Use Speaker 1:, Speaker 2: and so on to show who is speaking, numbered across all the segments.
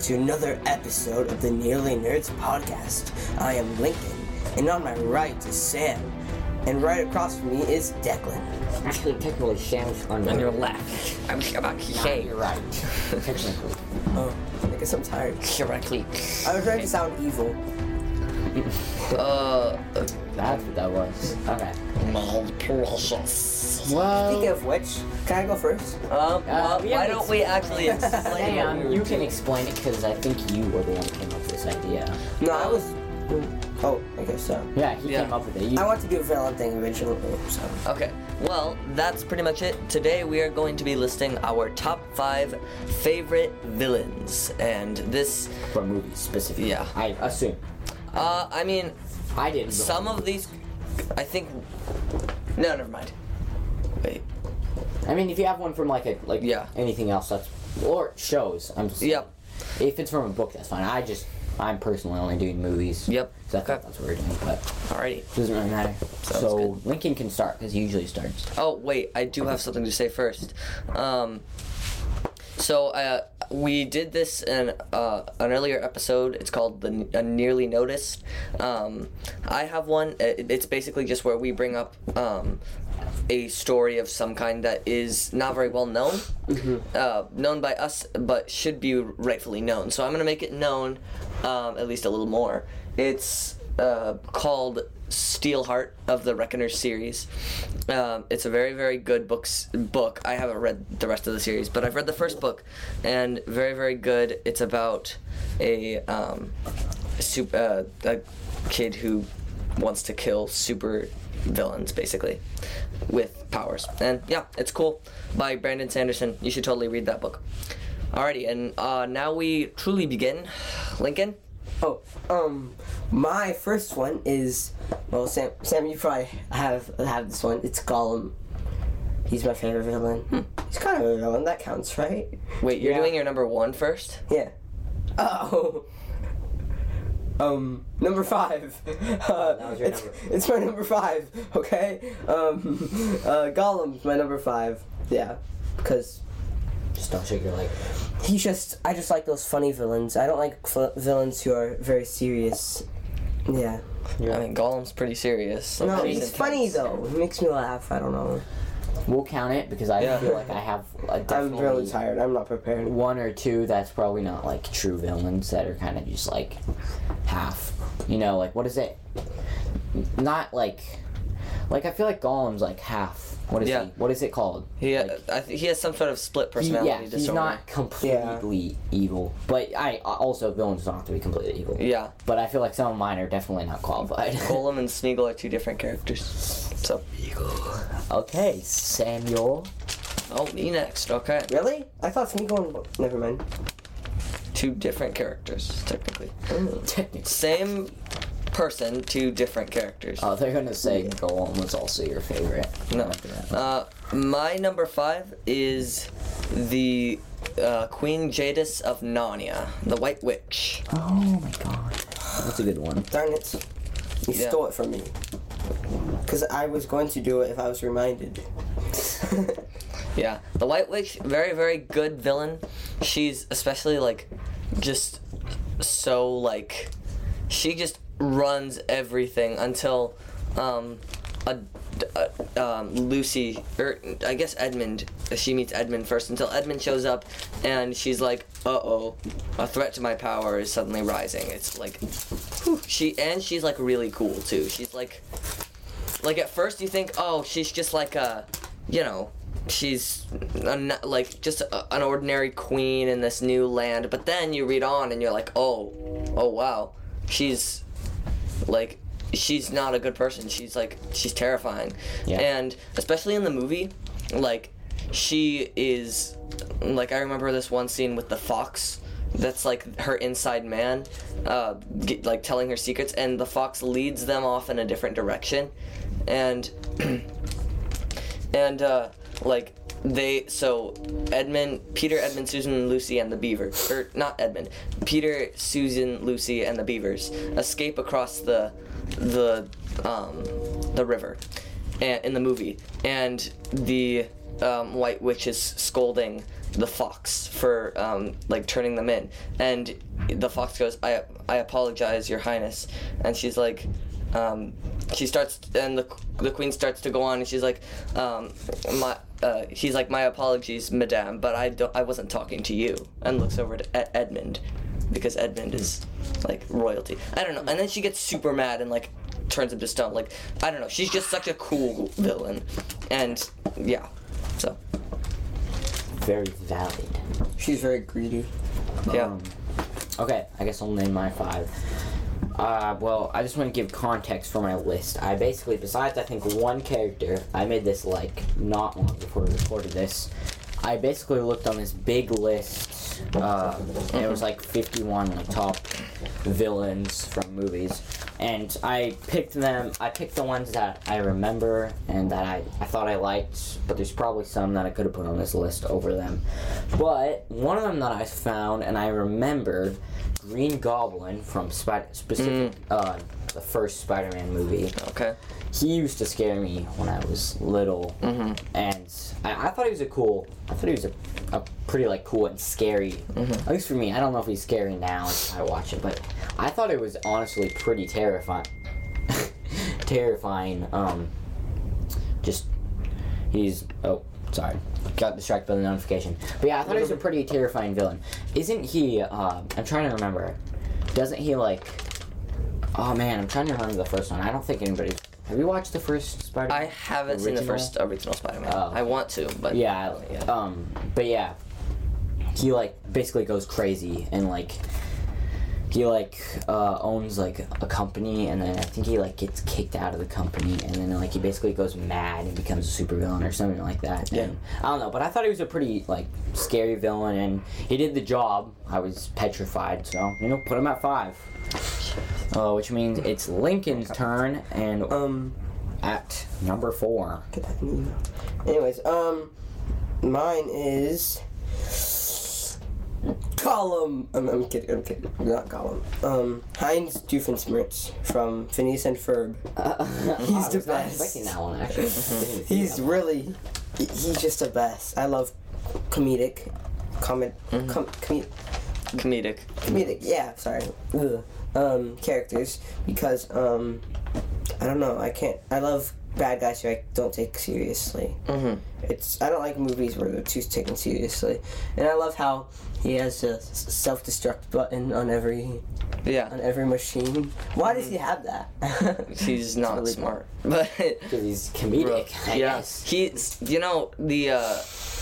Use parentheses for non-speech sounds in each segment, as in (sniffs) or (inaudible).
Speaker 1: to another episode of the Nearly Nerds podcast. I am Lincoln, and on my right is Sam, and right across from me is Declan.
Speaker 2: Actually, technically, Sam's on,
Speaker 3: on
Speaker 2: your
Speaker 3: your left. I'm about to
Speaker 2: Not
Speaker 3: say
Speaker 2: your right. (laughs) technically.
Speaker 1: Oh, I guess I'm tired.
Speaker 3: correctly.
Speaker 1: I was trying to sound evil.
Speaker 3: Uh,
Speaker 2: That's what that was. Okay.
Speaker 3: malprecious.
Speaker 1: Speaking
Speaker 2: Well,
Speaker 1: of which, can I go first?
Speaker 3: Um, well,
Speaker 2: we have
Speaker 3: why
Speaker 2: to
Speaker 3: don't
Speaker 2: (laughs)
Speaker 3: we actually explain?
Speaker 2: hang
Speaker 3: what we
Speaker 2: on.
Speaker 3: were
Speaker 2: You
Speaker 3: doing?
Speaker 2: can explain it because I think you were the one who came up with this idea.
Speaker 1: No, I was. Oh, I guess so.
Speaker 2: Yeah, he
Speaker 3: Yeah.
Speaker 2: came up with it. You,
Speaker 1: I want to do a villain thing originally, so.
Speaker 3: Okay, well, that's pretty much it. Today we are going to be listing our top five favorite villains, and this,
Speaker 2: for movies specifically.
Speaker 3: Yeah.
Speaker 2: I assume.
Speaker 3: uh, I mean,
Speaker 2: I didn't. go-
Speaker 3: some of these, I think. No, never mind. Wait.
Speaker 2: I mean, if you have one from like a like
Speaker 3: Yeah.
Speaker 2: anything else, that's or shows. I'm just
Speaker 3: Yep.
Speaker 2: If it's from a book, that's fine. I just I'm personally only doing movies.
Speaker 3: Yep.
Speaker 2: So I thought
Speaker 3: Okay.
Speaker 2: that's what we're doing, but
Speaker 3: Alrighty.
Speaker 2: it doesn't really matter.
Speaker 3: Sounds
Speaker 2: so
Speaker 3: good.
Speaker 2: Lincoln can start because he usually starts.
Speaker 3: Oh wait, I do have something to say first. Um, so uh, we did this in uh, an earlier episode. It's called the a nearly noticed. Um, I have one. It, it's basically just where we bring up um, a story of some kind that is not very well known, uh, known by us, but should be rightfully known. So I'm gonna make it known, um, at least a little more. It's uh, called Steelheart of the Reckoner series. Um, it's a very, very good books book. I haven't read the rest of the series, but I've read the first book, and very, very good. It's about a um, sup- uh, a kid who wants to kill super villains, basically, with powers. And yeah, it's cool by Brandon Sanderson. You should totally read that book. Alrighty, and uh, now we truly begin. Lincoln,
Speaker 1: Oh, um, my first one is well, Sam. Sam, you probably have have this one. It's Gollum. He's my favorite villain. Hmm. He's kind of a villain. That counts, right?
Speaker 3: wait, you're
Speaker 1: Yeah.
Speaker 3: doing your number one first?
Speaker 1: Yeah. Oh. (laughs) Um, number five. (laughs) Uh,
Speaker 2: was your
Speaker 1: it's,
Speaker 2: number.
Speaker 1: it's my number five. (laughs) Okay. Um, (laughs) uh, Gollum's my number five. Yeah, because
Speaker 2: Just don't shake your leg.
Speaker 1: he just. I just like those funny villains. I don't like fl- villains who are very serious. Yeah.
Speaker 3: I mean, Gollum's pretty serious.
Speaker 1: No,
Speaker 3: Sometimes
Speaker 1: he's
Speaker 3: it
Speaker 1: funny
Speaker 3: counts.
Speaker 1: though. He makes me laugh. I don't know.
Speaker 2: We'll count it because I
Speaker 3: Yeah.
Speaker 2: feel like I have
Speaker 3: (laughs)
Speaker 2: a
Speaker 1: I'm
Speaker 2: definitely
Speaker 1: really tired. I'm not prepared.
Speaker 2: one or two that's probably not like true villains that are kind of just like half. You know, like what is it? Not like like I feel like Gollum's like half. What is
Speaker 3: Yeah.
Speaker 2: he? What is it called?
Speaker 3: He, uh,
Speaker 2: Like,
Speaker 3: I think he has some sort of split
Speaker 2: he-
Speaker 3: personality
Speaker 2: yeah,
Speaker 3: disorder.
Speaker 2: he's not completely evil, but I also villains don't have to be completely evil. (laughs)
Speaker 3: Yeah,
Speaker 2: But I feel like some of mine are definitely not
Speaker 3: (laughs)
Speaker 2: qualified.
Speaker 3: Golem and Smeagol are two different characters. So,
Speaker 2: (laughs) okay, Samuel.
Speaker 3: oh, me next. Okay,
Speaker 1: Really? I thought Smeagol. And... Never mind.
Speaker 3: two different characters technically. Mm.
Speaker 2: Technically.
Speaker 3: Same person, two different characters.
Speaker 2: Oh, they're gonna say Golem was also your favorite.
Speaker 3: No. Uh, my number five is the uh, Queen Jadis of Narnia, the White Witch.
Speaker 2: Oh my god. That's a good one.
Speaker 1: Darn it! You
Speaker 3: Yeah.
Speaker 1: stole it from me. Because I was going to do it if I was reminded.
Speaker 3: Yeah, the White Witch, very very good villain. She's especially like, just so like, she just runs everything until, um, a, a- um, Lucy or I guess Edmund. She meets Edmund first until Edmund shows up, and she's like, uh oh, a threat to my power is suddenly rising. It's like, whew, she and she's like really cool too. She's like like at first you think oh she's just like a you know she's a, n- like just a, an ordinary queen in this new land but then you read on and you're like oh oh wow she's like she's not a good person she's like she's terrifying
Speaker 2: Yeah.
Speaker 3: and especially in the movie like she is like i remember this one scene with the fox that's like her inside man uh, get, like telling her secrets and the fox leads them off in a different direction and and uh, like they so Edmund, Peter, Edmund, Susan, and Lucy, and the Beaver, or not Edmund, Peter, Susan, Lucy, and the Beavers escape across the the um, the river, and, in the movie, and the um, White Witch is scolding the fox for um, like turning them in, and the fox goes, "I I apologize, Your Highness," and she's like. Um, she starts and the the queen starts to go on and she's like, um, my uh, he's like my apologies, madame, but I don't I wasn't talking to you and looks over to Ed- Edmund because Edmund is like royalty. I don't know. And then she gets super mad and like turns him to stone. Like I don't know. She's just such a cool villain, and yeah. So
Speaker 2: Very valid.
Speaker 1: (laughs) She's very greedy.
Speaker 3: yeah.
Speaker 2: Um, okay, I guess I'll name my five. Uh, well, I just want to give context for my list. I basically, besides I think one character, I made this like not long before we recorded this. I basically looked on this big list. Uh, and it was like 51 like top villains from movies, and I picked them. I picked the ones that I remember and that I, I thought I liked, but there's probably some that I could have put on this list over them. But one of them that I found and I remembered, Green Goblin from Spider specific uh, the first Spider-Man movie.
Speaker 3: Okay.
Speaker 2: He used to scare me when I was little, and I, I thought he was a cool. I thought he was a, a pretty like cool and scary. At least for me, I don't know if he's scary now. if I watch it, but I thought it was honestly pretty terrifying. (laughs) terrifying. Um, just he's oh sorry, got distracted by the notification. But yeah, I thought he was a pretty terrifying villain. Isn't he? Uh, I'm trying to remember. Doesn't he like? Oh man, I'm trying to remember the first one. I don't think anybody. Have you watched the first Spider?
Speaker 3: I haven't seen the
Speaker 2: Original?
Speaker 3: first original Spider-Man.
Speaker 2: Oh.
Speaker 3: I want to, but
Speaker 2: Yeah. I- Um. But yeah, he like basically goes crazy and like he like uh, owns like a company and then I think he like gets kicked out of the company and then like he basically goes mad and becomes a supervillain or something like that.
Speaker 3: Yeah.
Speaker 2: And I don't know, but I thought he was a pretty like scary villain and he did the job. I was petrified, so you know, put him at five. Uh, which means it's Lincoln's turn and
Speaker 1: Um,
Speaker 2: at number four.
Speaker 1: get that in the email. Anyways, um, mine is Gollum. I'm, I'm kidding. I'm kidding. Not Gollum. Um, Heinz Doofenshmirtz from Phineas and Ferb. He's
Speaker 2: Uh, I
Speaker 1: the
Speaker 2: was not
Speaker 1: best.
Speaker 2: expecting that one actually.
Speaker 1: He's really, he- he's just the best. I love comedic, comment,
Speaker 3: Mm-hmm.
Speaker 1: com- comedic.
Speaker 3: comedic.
Speaker 1: comedic yeah sorry Ugh. um characters because um i don't know i can't i love bad guys who i don't take seriously
Speaker 3: Mhm.
Speaker 1: it's i don't like movies where they're too taken seriously and i love how he has a s- self-destruct button on every on
Speaker 3: Yeah.
Speaker 1: every machine why does
Speaker 3: Mm-hmm.
Speaker 1: he have that (laughs)
Speaker 3: He's
Speaker 1: It's
Speaker 3: not
Speaker 1: really
Speaker 3: smart, (laughs) but
Speaker 2: Because he's comedic, I
Speaker 3: yeah.
Speaker 2: guess.
Speaker 3: He's you know the uh,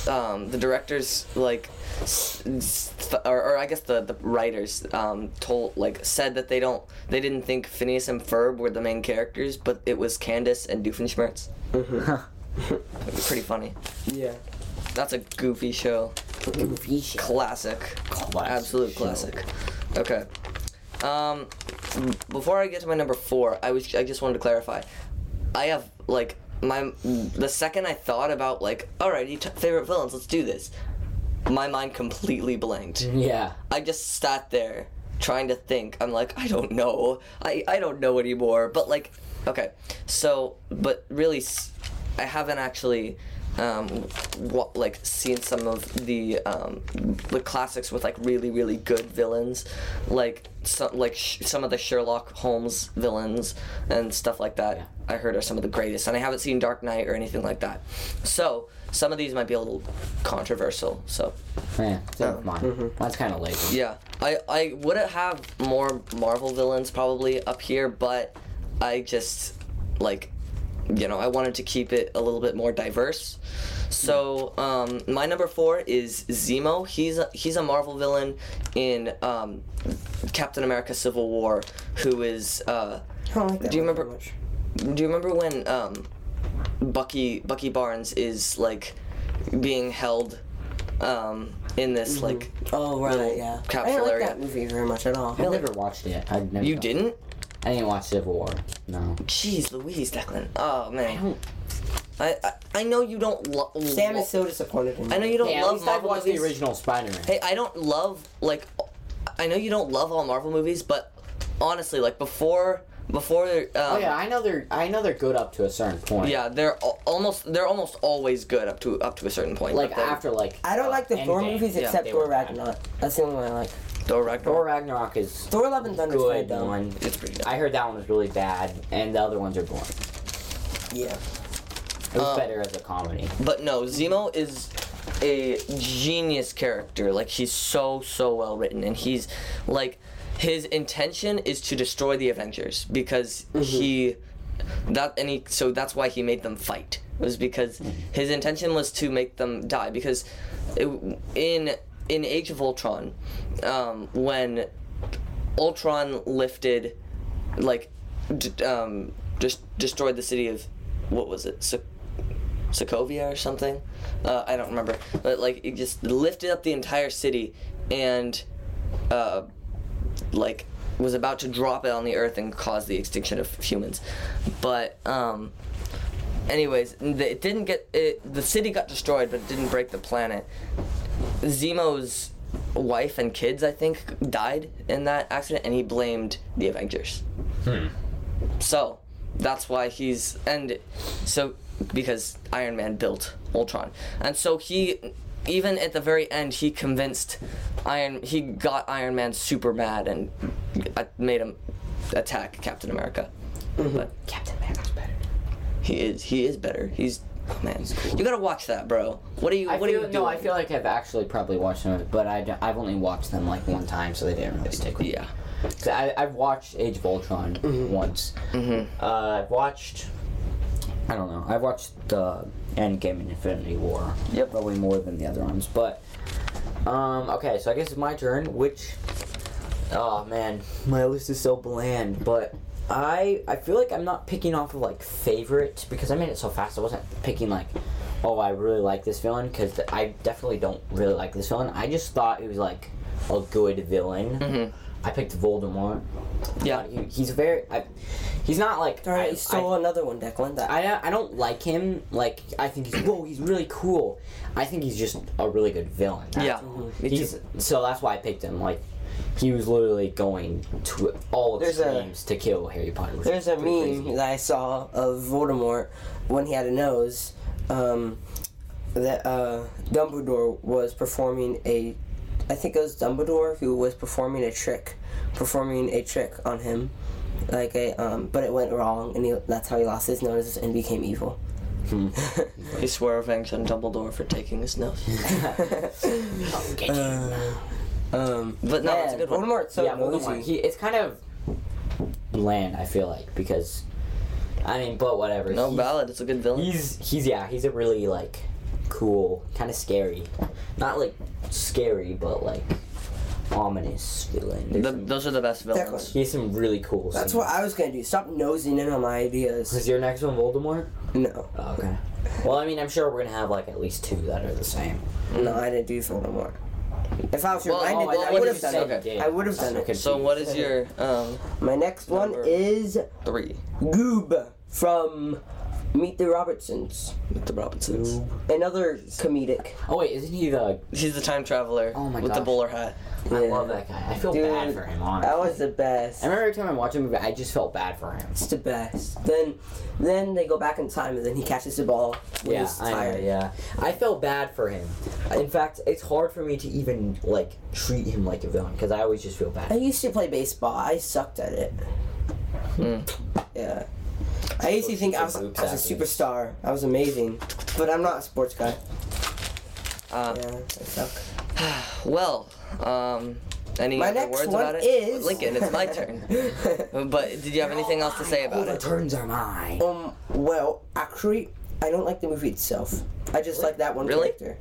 Speaker 3: um, the directors like s- s- or, or I guess the, the writers um, told like said that they don't they didn't think Phineas and Ferb were the main characters, but it was Candace and Doofenshmirtz. (laughs) Pretty funny.
Speaker 1: yeah
Speaker 3: That's a goofy show.
Speaker 2: Goofy shit.
Speaker 3: Classic.
Speaker 2: Classic
Speaker 3: Absolute
Speaker 2: show.
Speaker 3: classic. Okay. Um, m- before I get to my number four, I was I just wanted to clarify. I have like my the second I thought about like all right, you t- favorite villains, let's do this. My mind completely blanked.
Speaker 2: Yeah.
Speaker 3: I just sat there trying to think. I'm like, I don't know. I, I don't know anymore. But like, okay. So, but really, s- I haven't actually um wa- like seen some of the um the classics with like really really good villains like some like sh- some of the Sherlock Holmes villains and stuff like that
Speaker 2: Yeah.
Speaker 3: I heard are some of the greatest and I haven't seen Dark Knight or anything like that so some of these might be a little controversial so
Speaker 2: Yeah. So mine. Mine's kind of lazy.
Speaker 3: yeah, I I would have more Marvel villains probably up here, but I just like you know I wanted to keep it a little bit more diverse. So um, my number four is Zemo. He's a, he's a Marvel villain in um, Captain America: Civil War, who is. Uh,
Speaker 1: i don't like that
Speaker 3: Do you
Speaker 1: one
Speaker 3: remember-
Speaker 1: very much.
Speaker 3: do you remember when um, Bucky Bucky Barnes is like being held um, in this like
Speaker 1: oh right yeah i
Speaker 3: capsule
Speaker 1: didn't like
Speaker 3: area.
Speaker 1: that movie very much at all
Speaker 2: I never watched it. I never.
Speaker 3: you didn't?
Speaker 2: I didn't watch Civil War. No.
Speaker 3: Jeez, Louise, Declan. Oh man,
Speaker 2: don't-
Speaker 3: I I, I know you don't love.
Speaker 1: sam is so disappointed in
Speaker 3: I know you don't
Speaker 2: Hey, at
Speaker 3: love
Speaker 2: least I
Speaker 3: Marvel
Speaker 2: watched the
Speaker 3: movies.
Speaker 2: original Spider-Man.
Speaker 3: Hey, I don't love like. I know you don't love all Marvel movies, but honestly, like before before. Um,
Speaker 2: Oh yeah, I know they're I know they're good up to a certain point.
Speaker 3: Yeah, they're al- almost they're almost always good up to up to a certain point.
Speaker 2: Like
Speaker 3: but then
Speaker 2: after like uh,
Speaker 1: I don't like the
Speaker 2: Endgame,
Speaker 1: Thor movies
Speaker 2: yeah,
Speaker 1: except
Speaker 2: they
Speaker 1: Thor
Speaker 2: were bad.
Speaker 1: Ragnarok. That's the only one I like.
Speaker 3: Thor Ragnarok,
Speaker 2: Thor Ragnarok is
Speaker 1: Thor Love and Thunder is
Speaker 2: good
Speaker 1: pretty dumb.
Speaker 2: one.
Speaker 3: it's pretty. Dumb.
Speaker 2: I heard that one was really bad, and the other ones are boring.
Speaker 3: yeah,
Speaker 2: It was
Speaker 3: Um,
Speaker 2: better as a comedy.
Speaker 3: but no, Zemo is a genius character. Like he's so so well written, and he's like his intention is to destroy the Avengers because he that and he so that's why he made them fight was because his intention was to make them die because it, in in Age of Ultron um, when Ultron lifted, like, d- um, just destroyed the city of, what was it, so- Sokovia or something? Uh, I don't remember. But, like, it just lifted up the entire city and, uh, like, was about to drop it on the earth and cause the extinction of humans. But, um, anyways, the, it didn't get, it, the city got destroyed, but it didn't break the planet. Zemo's wife and kids, I think, died in that accident, and he blamed the Avengers. So that's why he's and so because Iron Man built Ultron, and so he even at the very end he convinced Iron he got Iron Man super mad and uh, made him attack Captain America. But
Speaker 2: Mm-hmm. Captain America's better.
Speaker 3: he is he is better. He's oh man, you gotta watch that, bro. What are you?
Speaker 2: I
Speaker 3: what
Speaker 2: feel,
Speaker 3: are you doing?
Speaker 2: no, I feel like I've actually probably watched them, but I don't- I've only watched them like one time, so they didn't really stick with me.
Speaker 3: yeah. Mm-hmm.
Speaker 2: 'Cause I, I've watched Age of Ultron once. Uh, I've watched. I don't know. I've watched the Endgame and Infinity War.
Speaker 3: Yep.
Speaker 2: Probably more than the other ones, but. Um, okay, so I guess it's my turn, which. Oh man, my list is so bland, but. I, I feel like I'm not picking off of like favorite because I made it so fast. I wasn't picking like, oh, I really like this villain because I definitely don't really like this villain. I just thought it was like a good villain. I picked Voldemort.
Speaker 3: Mm-hmm. Yeah.
Speaker 2: He- he's very. I, he's not like.
Speaker 1: All right,
Speaker 2: I,
Speaker 1: you stole another one, Declan. That
Speaker 2: I, I, I don't like him. Like I think he's whoa. He's really cool. I think he's just a really good villain. That's
Speaker 3: Yeah.
Speaker 2: all.
Speaker 3: Me too.
Speaker 2: He's so that's why I picked him. Like he was literally going to all
Speaker 1: There's a-
Speaker 2: extremes to kill Harry Potter. which
Speaker 1: There's
Speaker 2: is
Speaker 1: a
Speaker 2: pretty
Speaker 1: meme
Speaker 2: crazy.
Speaker 1: that I saw of Voldemort when he had a nose. Um, that uh, Dumbledore was performing a, I think it was Dumbledore who was performing a trick, performing a trick on him, like a um, but it went wrong and he, that's how he lost his nose and became
Speaker 2: (laughs)
Speaker 1: evil. (laughs)
Speaker 2: Hmm.
Speaker 3: He swore revenge on Dumbledore for taking his nose.
Speaker 2: (laughs) I'll
Speaker 3: Uh,
Speaker 2: get you.
Speaker 3: (laughs)
Speaker 1: Um,
Speaker 3: But no, it's
Speaker 1: man,
Speaker 3: a good one.
Speaker 1: Voldemort's Uh, so
Speaker 2: yeah,
Speaker 1: nosy.
Speaker 2: Voldemort. He it's kind of bland. I feel like because, I mean, but whatever.
Speaker 3: No
Speaker 2: He's-
Speaker 3: ballad. It's a good villain.
Speaker 2: He's he's yeah, he's a really like cool, kind of scary. Not like scary, but like ominous villain. There's
Speaker 3: The,
Speaker 2: some-
Speaker 3: those are the best villains.
Speaker 2: he has some really cool.
Speaker 1: that's what I was gonna do. Stop nosing in on my ideas.
Speaker 2: Is your next one Voldemort?
Speaker 1: No,
Speaker 2: Oh, okay. Well, I mean, I'm sure we're gonna have like at least two that are the same.
Speaker 1: no, I didn't do Voldemort. If I was
Speaker 3: Well,
Speaker 1: reminded,
Speaker 3: oh, I
Speaker 1: then I
Speaker 3: thought
Speaker 1: would
Speaker 3: you
Speaker 1: have done
Speaker 3: said-
Speaker 1: it.
Speaker 3: okay.
Speaker 1: I would've done it.
Speaker 3: So what is your um
Speaker 1: My next one
Speaker 3: Number-
Speaker 1: is
Speaker 3: three?
Speaker 1: Goob from Meet the Robertsons.
Speaker 3: With the Robinsons.
Speaker 1: Another comedic.
Speaker 2: Oh wait, isn't he the?
Speaker 3: He's the time traveler
Speaker 2: Oh my
Speaker 3: with the
Speaker 2: gosh.
Speaker 3: bowler hat.
Speaker 2: I
Speaker 1: Yeah.
Speaker 2: love that guy. I feel
Speaker 1: Dude,
Speaker 2: bad for him. Honestly,
Speaker 1: That was the best.
Speaker 2: I remember every time I watch a movie, I just felt bad for him.
Speaker 1: It's the best. Then, then they go back in time, and then he catches the ball when
Speaker 2: Yeah,
Speaker 1: he's
Speaker 2: I know,
Speaker 1: tired.
Speaker 2: yeah. I felt bad for him. In fact, it's hard for me to even like treat him like a villain because I always just feel
Speaker 1: I
Speaker 2: bad.
Speaker 1: used to play baseball. I sucked at it.
Speaker 3: Hmm.
Speaker 1: Yeah. I used to think I was, I was a superstar. I was amazing, but I'm not a sports guy.
Speaker 3: Um,
Speaker 1: Yeah, I suck.
Speaker 3: Well, um, any
Speaker 1: My
Speaker 3: other
Speaker 1: next
Speaker 3: words
Speaker 1: one
Speaker 3: about it?
Speaker 1: is-
Speaker 3: Lincoln. It's my turn.
Speaker 2: (laughs)
Speaker 1: (laughs)
Speaker 3: But did you have anything else to say
Speaker 2: All
Speaker 3: about
Speaker 2: the
Speaker 3: it?
Speaker 2: turns are mine.
Speaker 1: um. Well, actually, I don't like the movie itself. I just like that one
Speaker 3: Really?
Speaker 1: character.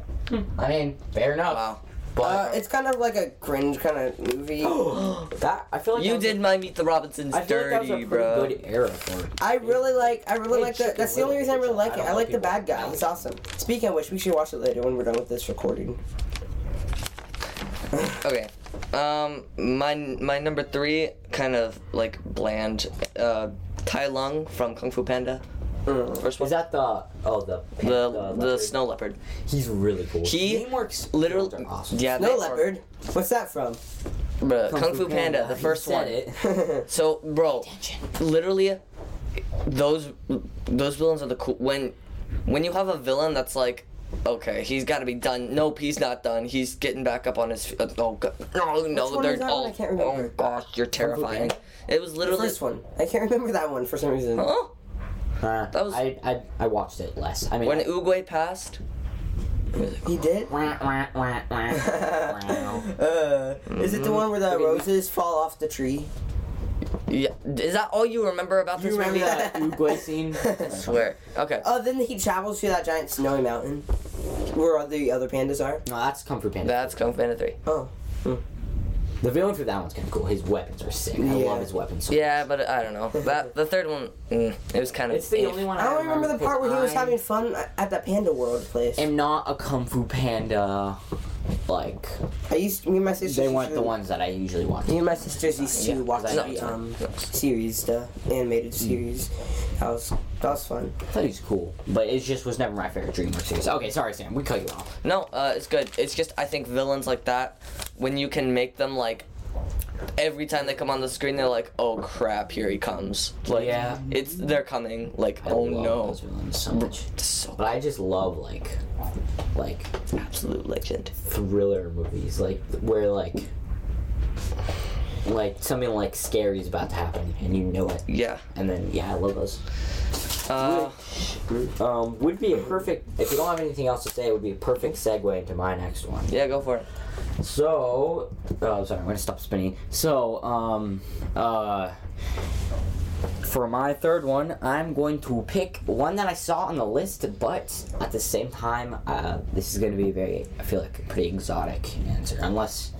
Speaker 2: I mean, fair enough.
Speaker 3: Wow.
Speaker 1: Uh,
Speaker 2: But
Speaker 1: it's kind of like a cringe kind of
Speaker 3: (gasps)
Speaker 1: movie.
Speaker 2: (gasps) that I feel like
Speaker 3: You
Speaker 2: that was
Speaker 3: did
Speaker 2: A,
Speaker 3: my Meet the Robinsons
Speaker 2: I feel like that was a
Speaker 3: dirty,
Speaker 2: pretty
Speaker 3: bro.
Speaker 2: good era for.
Speaker 1: I really like. I really
Speaker 2: Hey,
Speaker 1: like that.
Speaker 2: Chicken
Speaker 1: That's the only reason
Speaker 2: Little,
Speaker 1: I really
Speaker 2: which
Speaker 1: like it.
Speaker 2: I don't
Speaker 1: I
Speaker 2: know
Speaker 1: like the
Speaker 2: people
Speaker 1: bad guy.
Speaker 2: like.
Speaker 1: He's awesome. Speaking of which, we should watch it later when we're done with this recording.
Speaker 3: Okay. Um, my my number three kind of like bland. Uh, Tai Lung from Kung Fu Panda. First
Speaker 2: Mm.
Speaker 3: one.
Speaker 2: Is that the oh the
Speaker 3: the
Speaker 2: the,
Speaker 3: the
Speaker 2: leopard?
Speaker 3: snow leopard?
Speaker 2: He's really cool.
Speaker 3: He
Speaker 2: Teamwork's
Speaker 3: literally.
Speaker 2: awesome.
Speaker 3: Yeah.
Speaker 1: No
Speaker 3: they are-
Speaker 1: leopard. What's that from?
Speaker 3: Bruh, Kung, Fu Panda, the
Speaker 2: He
Speaker 3: first
Speaker 2: said
Speaker 3: one.
Speaker 2: It. (laughs)
Speaker 3: (laughs) So, bro, literally, those those villains are the cool. When when you have a villain that's like, okay, he's got to be done. Nope, he's not done. He's getting back up on his. Feet. Oh god, no, no,
Speaker 1: one
Speaker 3: they're
Speaker 1: was that
Speaker 3: all.
Speaker 1: one? I can't
Speaker 3: oh
Speaker 1: remember.
Speaker 3: gosh, you're terrifying.
Speaker 1: Panda?
Speaker 3: It was
Speaker 1: The
Speaker 3: literally.
Speaker 1: first one. I can't remember that one for some reason.
Speaker 3: Huh?
Speaker 2: Uh,
Speaker 3: That was-
Speaker 2: I, I I watched it less. I mean,
Speaker 3: When Uguay passed.
Speaker 1: He did?
Speaker 2: Wah, wah, wah,
Speaker 3: (laughs)
Speaker 2: wah.
Speaker 1: uh, is it the one where the roses fall off the tree?
Speaker 3: Yeah, is that all you remember about this
Speaker 1: remember
Speaker 3: movie?
Speaker 1: that?
Speaker 2: That Uguay scene.
Speaker 3: (laughs) I swear. Okay.
Speaker 1: (laughs) Oh, then he travels through that giant snowy mountain where all the other pandas are.
Speaker 2: No, that's Kung Fu Panda.
Speaker 3: That's Kung Fu Panda 3.
Speaker 1: Oh.
Speaker 2: The villain for that one's kind of cool. His weapons are sick. I
Speaker 1: Yeah.
Speaker 2: love his weapons. So
Speaker 3: Yeah, but I don't know. That the third one, mm, it was kind of.
Speaker 2: It's the
Speaker 3: eh.
Speaker 2: only one I,
Speaker 1: I don't remember the
Speaker 2: because
Speaker 1: part where he was
Speaker 2: I
Speaker 1: having fun at that panda world place.
Speaker 2: am not a Kung Fu Panda. Like
Speaker 1: I used me and my sister.
Speaker 2: they
Speaker 1: used
Speaker 2: weren't
Speaker 1: to-
Speaker 2: the ones that I usually watch.
Speaker 1: Me and my sisters used to
Speaker 2: Yeah,
Speaker 1: watch
Speaker 2: I
Speaker 1: the
Speaker 2: know.
Speaker 1: um, series, the animated series. That was that was fun.
Speaker 2: I thought he was cool, but it just was never my favorite DreamWorks series. Okay, sorry Sam, we cut you off.
Speaker 3: No, uh, it's good. It's just I think villains like that, when you can make them like, every time they come on the screen, they're like, oh crap, here he comes. Like,
Speaker 2: Yeah.
Speaker 3: it's they're coming. Like,
Speaker 2: I
Speaker 3: oh
Speaker 2: love
Speaker 3: no,
Speaker 2: those villains so much.
Speaker 3: It's so
Speaker 2: But I just love like, like
Speaker 3: absolute legend.
Speaker 2: thriller movies, like where like, like something like scary is about to happen and you know it,
Speaker 3: Yeah.
Speaker 2: and then yeah, I love those.
Speaker 3: Uh,
Speaker 2: Um, would be a perfect if you don't have anything else to say, it would be a perfect segue into my next one.
Speaker 3: yeah, go for it. (laughs)
Speaker 2: So, oh, sorry, I'm gonna stop spinning. So, um, uh, for my third one, I'm going to pick one that I saw on the list, but at the same time, uh, this is gonna be very, I feel like, a pretty exotic answer, unless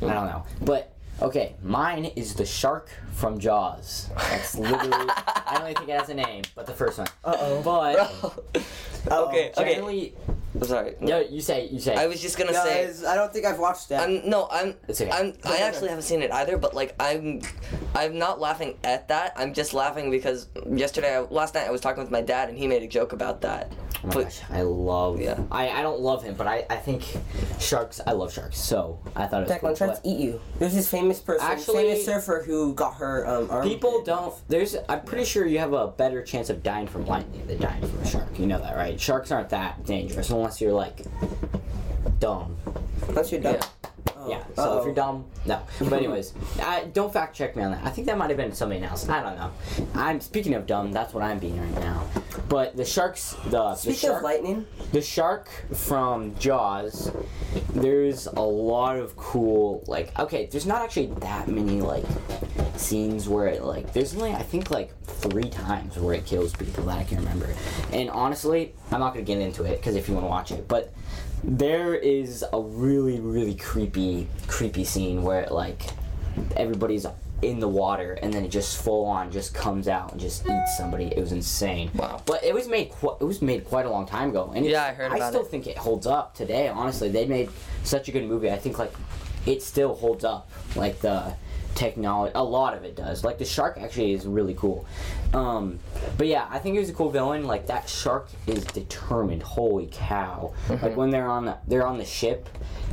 Speaker 2: I don't know. But okay, mine is the shark from Jaws. That's literally, I don't even think it has a name, but the first one. Uh oh. But
Speaker 3: (laughs) okay, okay.
Speaker 2: generally,
Speaker 3: I'm sorry.
Speaker 2: no, you say, you say.
Speaker 3: I was just gonna say.
Speaker 1: Guys, I don't think I've watched that.
Speaker 3: I'm, no, I'm.
Speaker 2: It's okay.
Speaker 3: I'm. I
Speaker 1: no,
Speaker 3: actually
Speaker 1: no.
Speaker 3: haven't seen it either, but like I'm, I'm not laughing at that. I'm just laughing because yesterday, I, last night, I was talking with my dad and he made a joke about that.
Speaker 2: Oh my
Speaker 3: But
Speaker 2: gosh, I love.
Speaker 3: Yeah.
Speaker 2: I, I don't love him, but I, I think sharks. I love sharks, so I thought it was
Speaker 1: That one
Speaker 2: cool.
Speaker 1: tries
Speaker 2: but
Speaker 1: to eat you. There's this famous person,
Speaker 2: Actually-
Speaker 1: famous surfer who got her um, arm.
Speaker 2: People don't. There's. I'm pretty sure you have a better chance of dying from lightning than dying from a shark. You know that, right? Sharks aren't that dangerous unless you're like dumb.
Speaker 1: Unless you're dumb. Oh,
Speaker 3: Yeah.
Speaker 2: Yeah. So if
Speaker 1: uh-oh.
Speaker 2: you're dumb, no.
Speaker 1: (laughs)
Speaker 2: But anyways, I, don't fact check me on that. I think that might have been somebody else. I don't know. I'm speaking of dumb. That's what I'm being right now. But the sharks. The the
Speaker 1: Speaking
Speaker 2: shark,
Speaker 1: of lightning,
Speaker 2: the shark from Jaws, there's a lot of cool like okay, there's not actually that many like scenes where it like there's only I think like three times where it kills people that I can remember. And honestly, I'm not gonna get into it because if you want to watch it, but there is a really really creepy creepy scene where it like everybody's in the water and then it just full on just comes out and just eats somebody. It was insane.
Speaker 3: Wow.
Speaker 2: But it was made qu- it was made quite a long time ago, and it's-
Speaker 3: Yeah, I heard about
Speaker 2: I still
Speaker 3: it.
Speaker 2: think it holds up today. Honestly, they made such a good movie. I think like it still holds up. Like the technology, a lot of it does. Like the shark actually is really cool. Um, but yeah, I think he was a cool villain. Like that shark is determined. Holy cow!
Speaker 3: Mm-hmm.
Speaker 2: Like when they're on the, they're on the ship,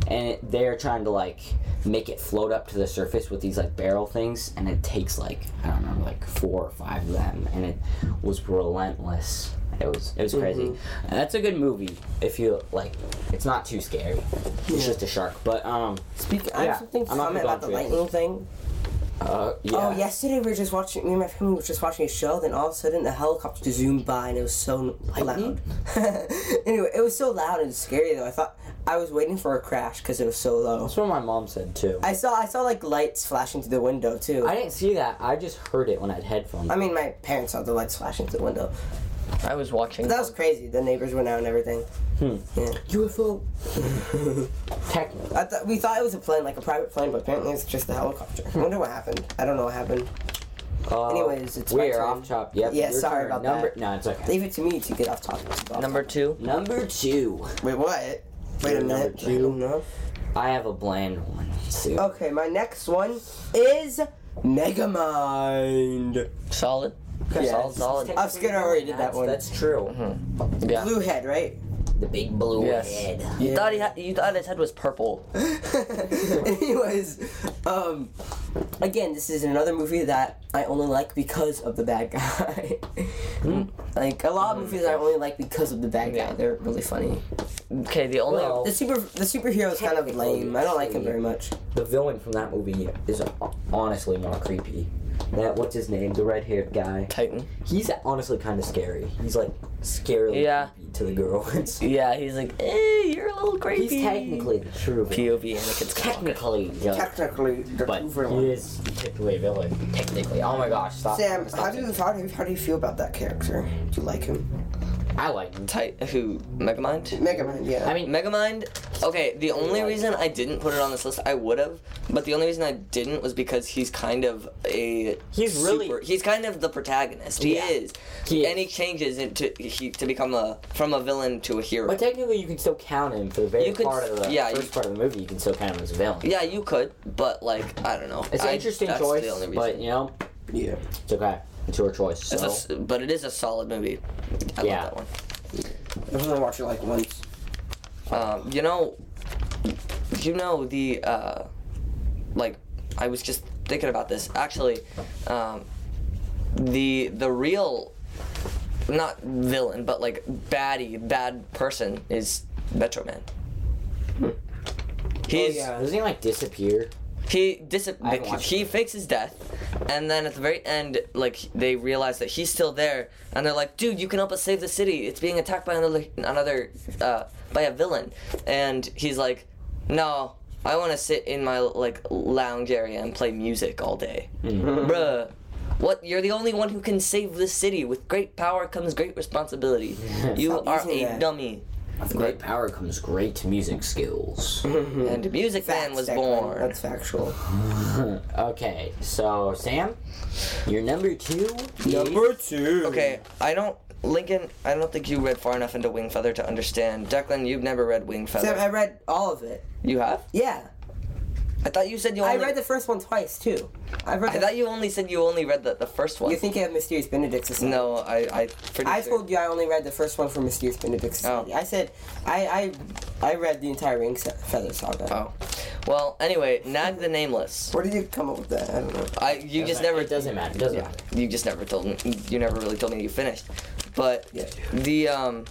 Speaker 2: and it, they're trying to like make it float up to the surface with these like barrel things, and it takes like I don't remember like four or five of them, and it was relentless. It was it was crazy.
Speaker 1: Mm-hmm.
Speaker 2: And that's a good movie if you like. It's not too scary. It's just a shark, but um,
Speaker 1: speak. I
Speaker 2: Yeah,
Speaker 1: have something to
Speaker 2: I'm not
Speaker 1: comment
Speaker 2: gonna
Speaker 1: about the
Speaker 2: go into it.
Speaker 1: lightning thing.
Speaker 2: uh, yeah.
Speaker 1: Oh, yesterday we were just watching. Me and my family were just watching a show. Then all of a sudden, a helicopter just zoomed by, and it was so loud. (laughs)
Speaker 2: Lightning?
Speaker 1: anyway, it was so loud and scary though. I thought I was waiting for a crash because it was so low.
Speaker 2: That's what my mom said too. I,
Speaker 1: I saw I saw like lights flashing through the window too. I,
Speaker 2: didn't see that. I just heard it when I had headphones.
Speaker 1: mean, my parents saw the lights flashing through the window.
Speaker 3: I was watching.
Speaker 1: That was crazy. The neighbors went out and everything. (laughs)
Speaker 2: UFO. Technically.
Speaker 1: I thought we thought it was a plane, like a private plane, but apparently it's just a helicopter. I wonder what happened. I don't know what happened.
Speaker 2: Uh,
Speaker 1: Anyways, it's my
Speaker 2: we're
Speaker 1: turn.
Speaker 2: off top. Yep.
Speaker 1: Yeah,
Speaker 2: your
Speaker 1: sorry
Speaker 2: turn.
Speaker 1: about
Speaker 2: number,
Speaker 1: that.
Speaker 2: No, it's okay.
Speaker 1: Leave it to me to get off topic. about-
Speaker 3: Number two.
Speaker 2: Number two.
Speaker 1: Wait, what? Wait
Speaker 2: You're
Speaker 1: a
Speaker 2: number
Speaker 1: minute.
Speaker 2: two.
Speaker 1: I don't know.
Speaker 2: I have a bland one. Too.
Speaker 1: Okay, my next one is Megamind.
Speaker 3: Solid.
Speaker 1: Yeah,
Speaker 3: solid. Solid.
Speaker 1: I'm scared I already did that
Speaker 2: That's-
Speaker 1: one. Mm-hmm.
Speaker 2: That's true.
Speaker 3: Yeah.
Speaker 1: Bluehead, right?
Speaker 2: The big blue
Speaker 3: Yes.
Speaker 2: head.
Speaker 3: You thought he had, you thought his head was purple.
Speaker 1: (laughs) Anyways, um, again, this is another movie that I only like because of the bad guy. (laughs) like a lot of movies, I only like because of the bad guy.
Speaker 3: Yeah.
Speaker 1: They're really funny.
Speaker 3: Okay, the only
Speaker 2: Well-
Speaker 1: The super the superhero is kind of lame. I don't like him very much.
Speaker 2: The villain from that movie is honestly not creepy. That what's his name? The red haired guy.
Speaker 3: Titan.
Speaker 2: He's honestly kind of scary. He's like scarily
Speaker 3: Yeah.
Speaker 2: creepy to the (laughs) girls.
Speaker 3: Yeah, he's like, hey, you're a little creepy.
Speaker 2: He's technically the true villain.
Speaker 3: POV Anakin Skywalker.
Speaker 2: Technically, yeah.
Speaker 1: Technically, they're
Speaker 2: but
Speaker 1: two for one.
Speaker 2: he is technically a villain. Technically, oh my gosh, stop.
Speaker 1: Sam,
Speaker 2: stop
Speaker 1: how do you how do you, how do you feel about that character? Do you like him?
Speaker 2: I like him.
Speaker 3: Tit- who? Megamind.
Speaker 1: Mega Man, yeah.
Speaker 2: I mean,
Speaker 3: Megamind. Okay, the only reason I didn't put it on this list, I would have, but the only reason I didn't was because he's kind of a
Speaker 2: He's really-
Speaker 3: he's kind of the protagonist. He
Speaker 2: Yeah.
Speaker 3: is.
Speaker 2: He
Speaker 3: and he changes into he to become a from a villain to a hero.
Speaker 2: but technically, you can still count him for the very
Speaker 3: You could-
Speaker 2: part of the
Speaker 3: yeah,
Speaker 2: first
Speaker 3: you-
Speaker 2: part of the movie. You can still count him as a villain.
Speaker 3: yeah, you could, but like I don't know.
Speaker 2: It's an
Speaker 3: I-
Speaker 2: interesting
Speaker 3: that's
Speaker 2: choice,
Speaker 3: the only reason.
Speaker 2: but you know,
Speaker 1: yeah.
Speaker 2: it's okay. It's your choice.
Speaker 3: It's a
Speaker 2: So.
Speaker 3: s but it is a solid movie. I
Speaker 2: Yeah.
Speaker 3: love that one.
Speaker 1: I've only watched it like once.
Speaker 3: Um, you know, you know the uh, like I was just thinking about this actually. Um, the the real, not villain, but like baddie, bad person is Metro Man. He's
Speaker 1: yeah.
Speaker 2: Doesn't he like disappear?
Speaker 3: he dis-
Speaker 2: I haven't watched
Speaker 3: he fakes his death and then at the very end like they realize that he's still there and they're like dude you can help us save the city it's being attacked by another another uh, by a villain and he's like no i want to sit in my like lounge area and play music all day bruh what you're the only one who can save this city with great power comes great responsibility you
Speaker 1: Stop
Speaker 3: are
Speaker 1: using
Speaker 3: a
Speaker 1: that.
Speaker 3: dummy
Speaker 2: Great power comes great music skills.
Speaker 3: and music man was
Speaker 1: Facts,
Speaker 3: born
Speaker 1: That's factual.
Speaker 2: (laughs) okay, so Sam, your number two.
Speaker 1: Number two.
Speaker 3: Okay, I don't, Lincoln. I don't think you read far enough into Wing Feather to understand. Declan, you've never read Wing Feather.
Speaker 1: Sam, I read all of it.
Speaker 3: you have?
Speaker 1: Yeah.
Speaker 3: I thought you said you.
Speaker 1: I
Speaker 3: Only,
Speaker 1: read the first one twice too. I read.
Speaker 3: I
Speaker 1: The,
Speaker 3: thought you only said you only read the, the first one.
Speaker 1: you think you have Mysterious Benedict Society?
Speaker 3: No, I. I pretty
Speaker 1: I
Speaker 3: sure.
Speaker 1: told you I only read the first one for Mysterious Benedict
Speaker 2: Oh.
Speaker 1: Society. I said I I I read the entire Ring Sa- Feather Saga.
Speaker 3: Oh, well. Anyway, Nag the Nameless.
Speaker 1: Where did you come up with that? I don't know.
Speaker 3: I. You just
Speaker 2: Doesn't-
Speaker 3: never.
Speaker 2: It doesn't matter. It doesn't
Speaker 3: Yeah.
Speaker 2: matter.
Speaker 3: You just never told me. You never really told me you finished. But
Speaker 1: Yeah.
Speaker 3: the um,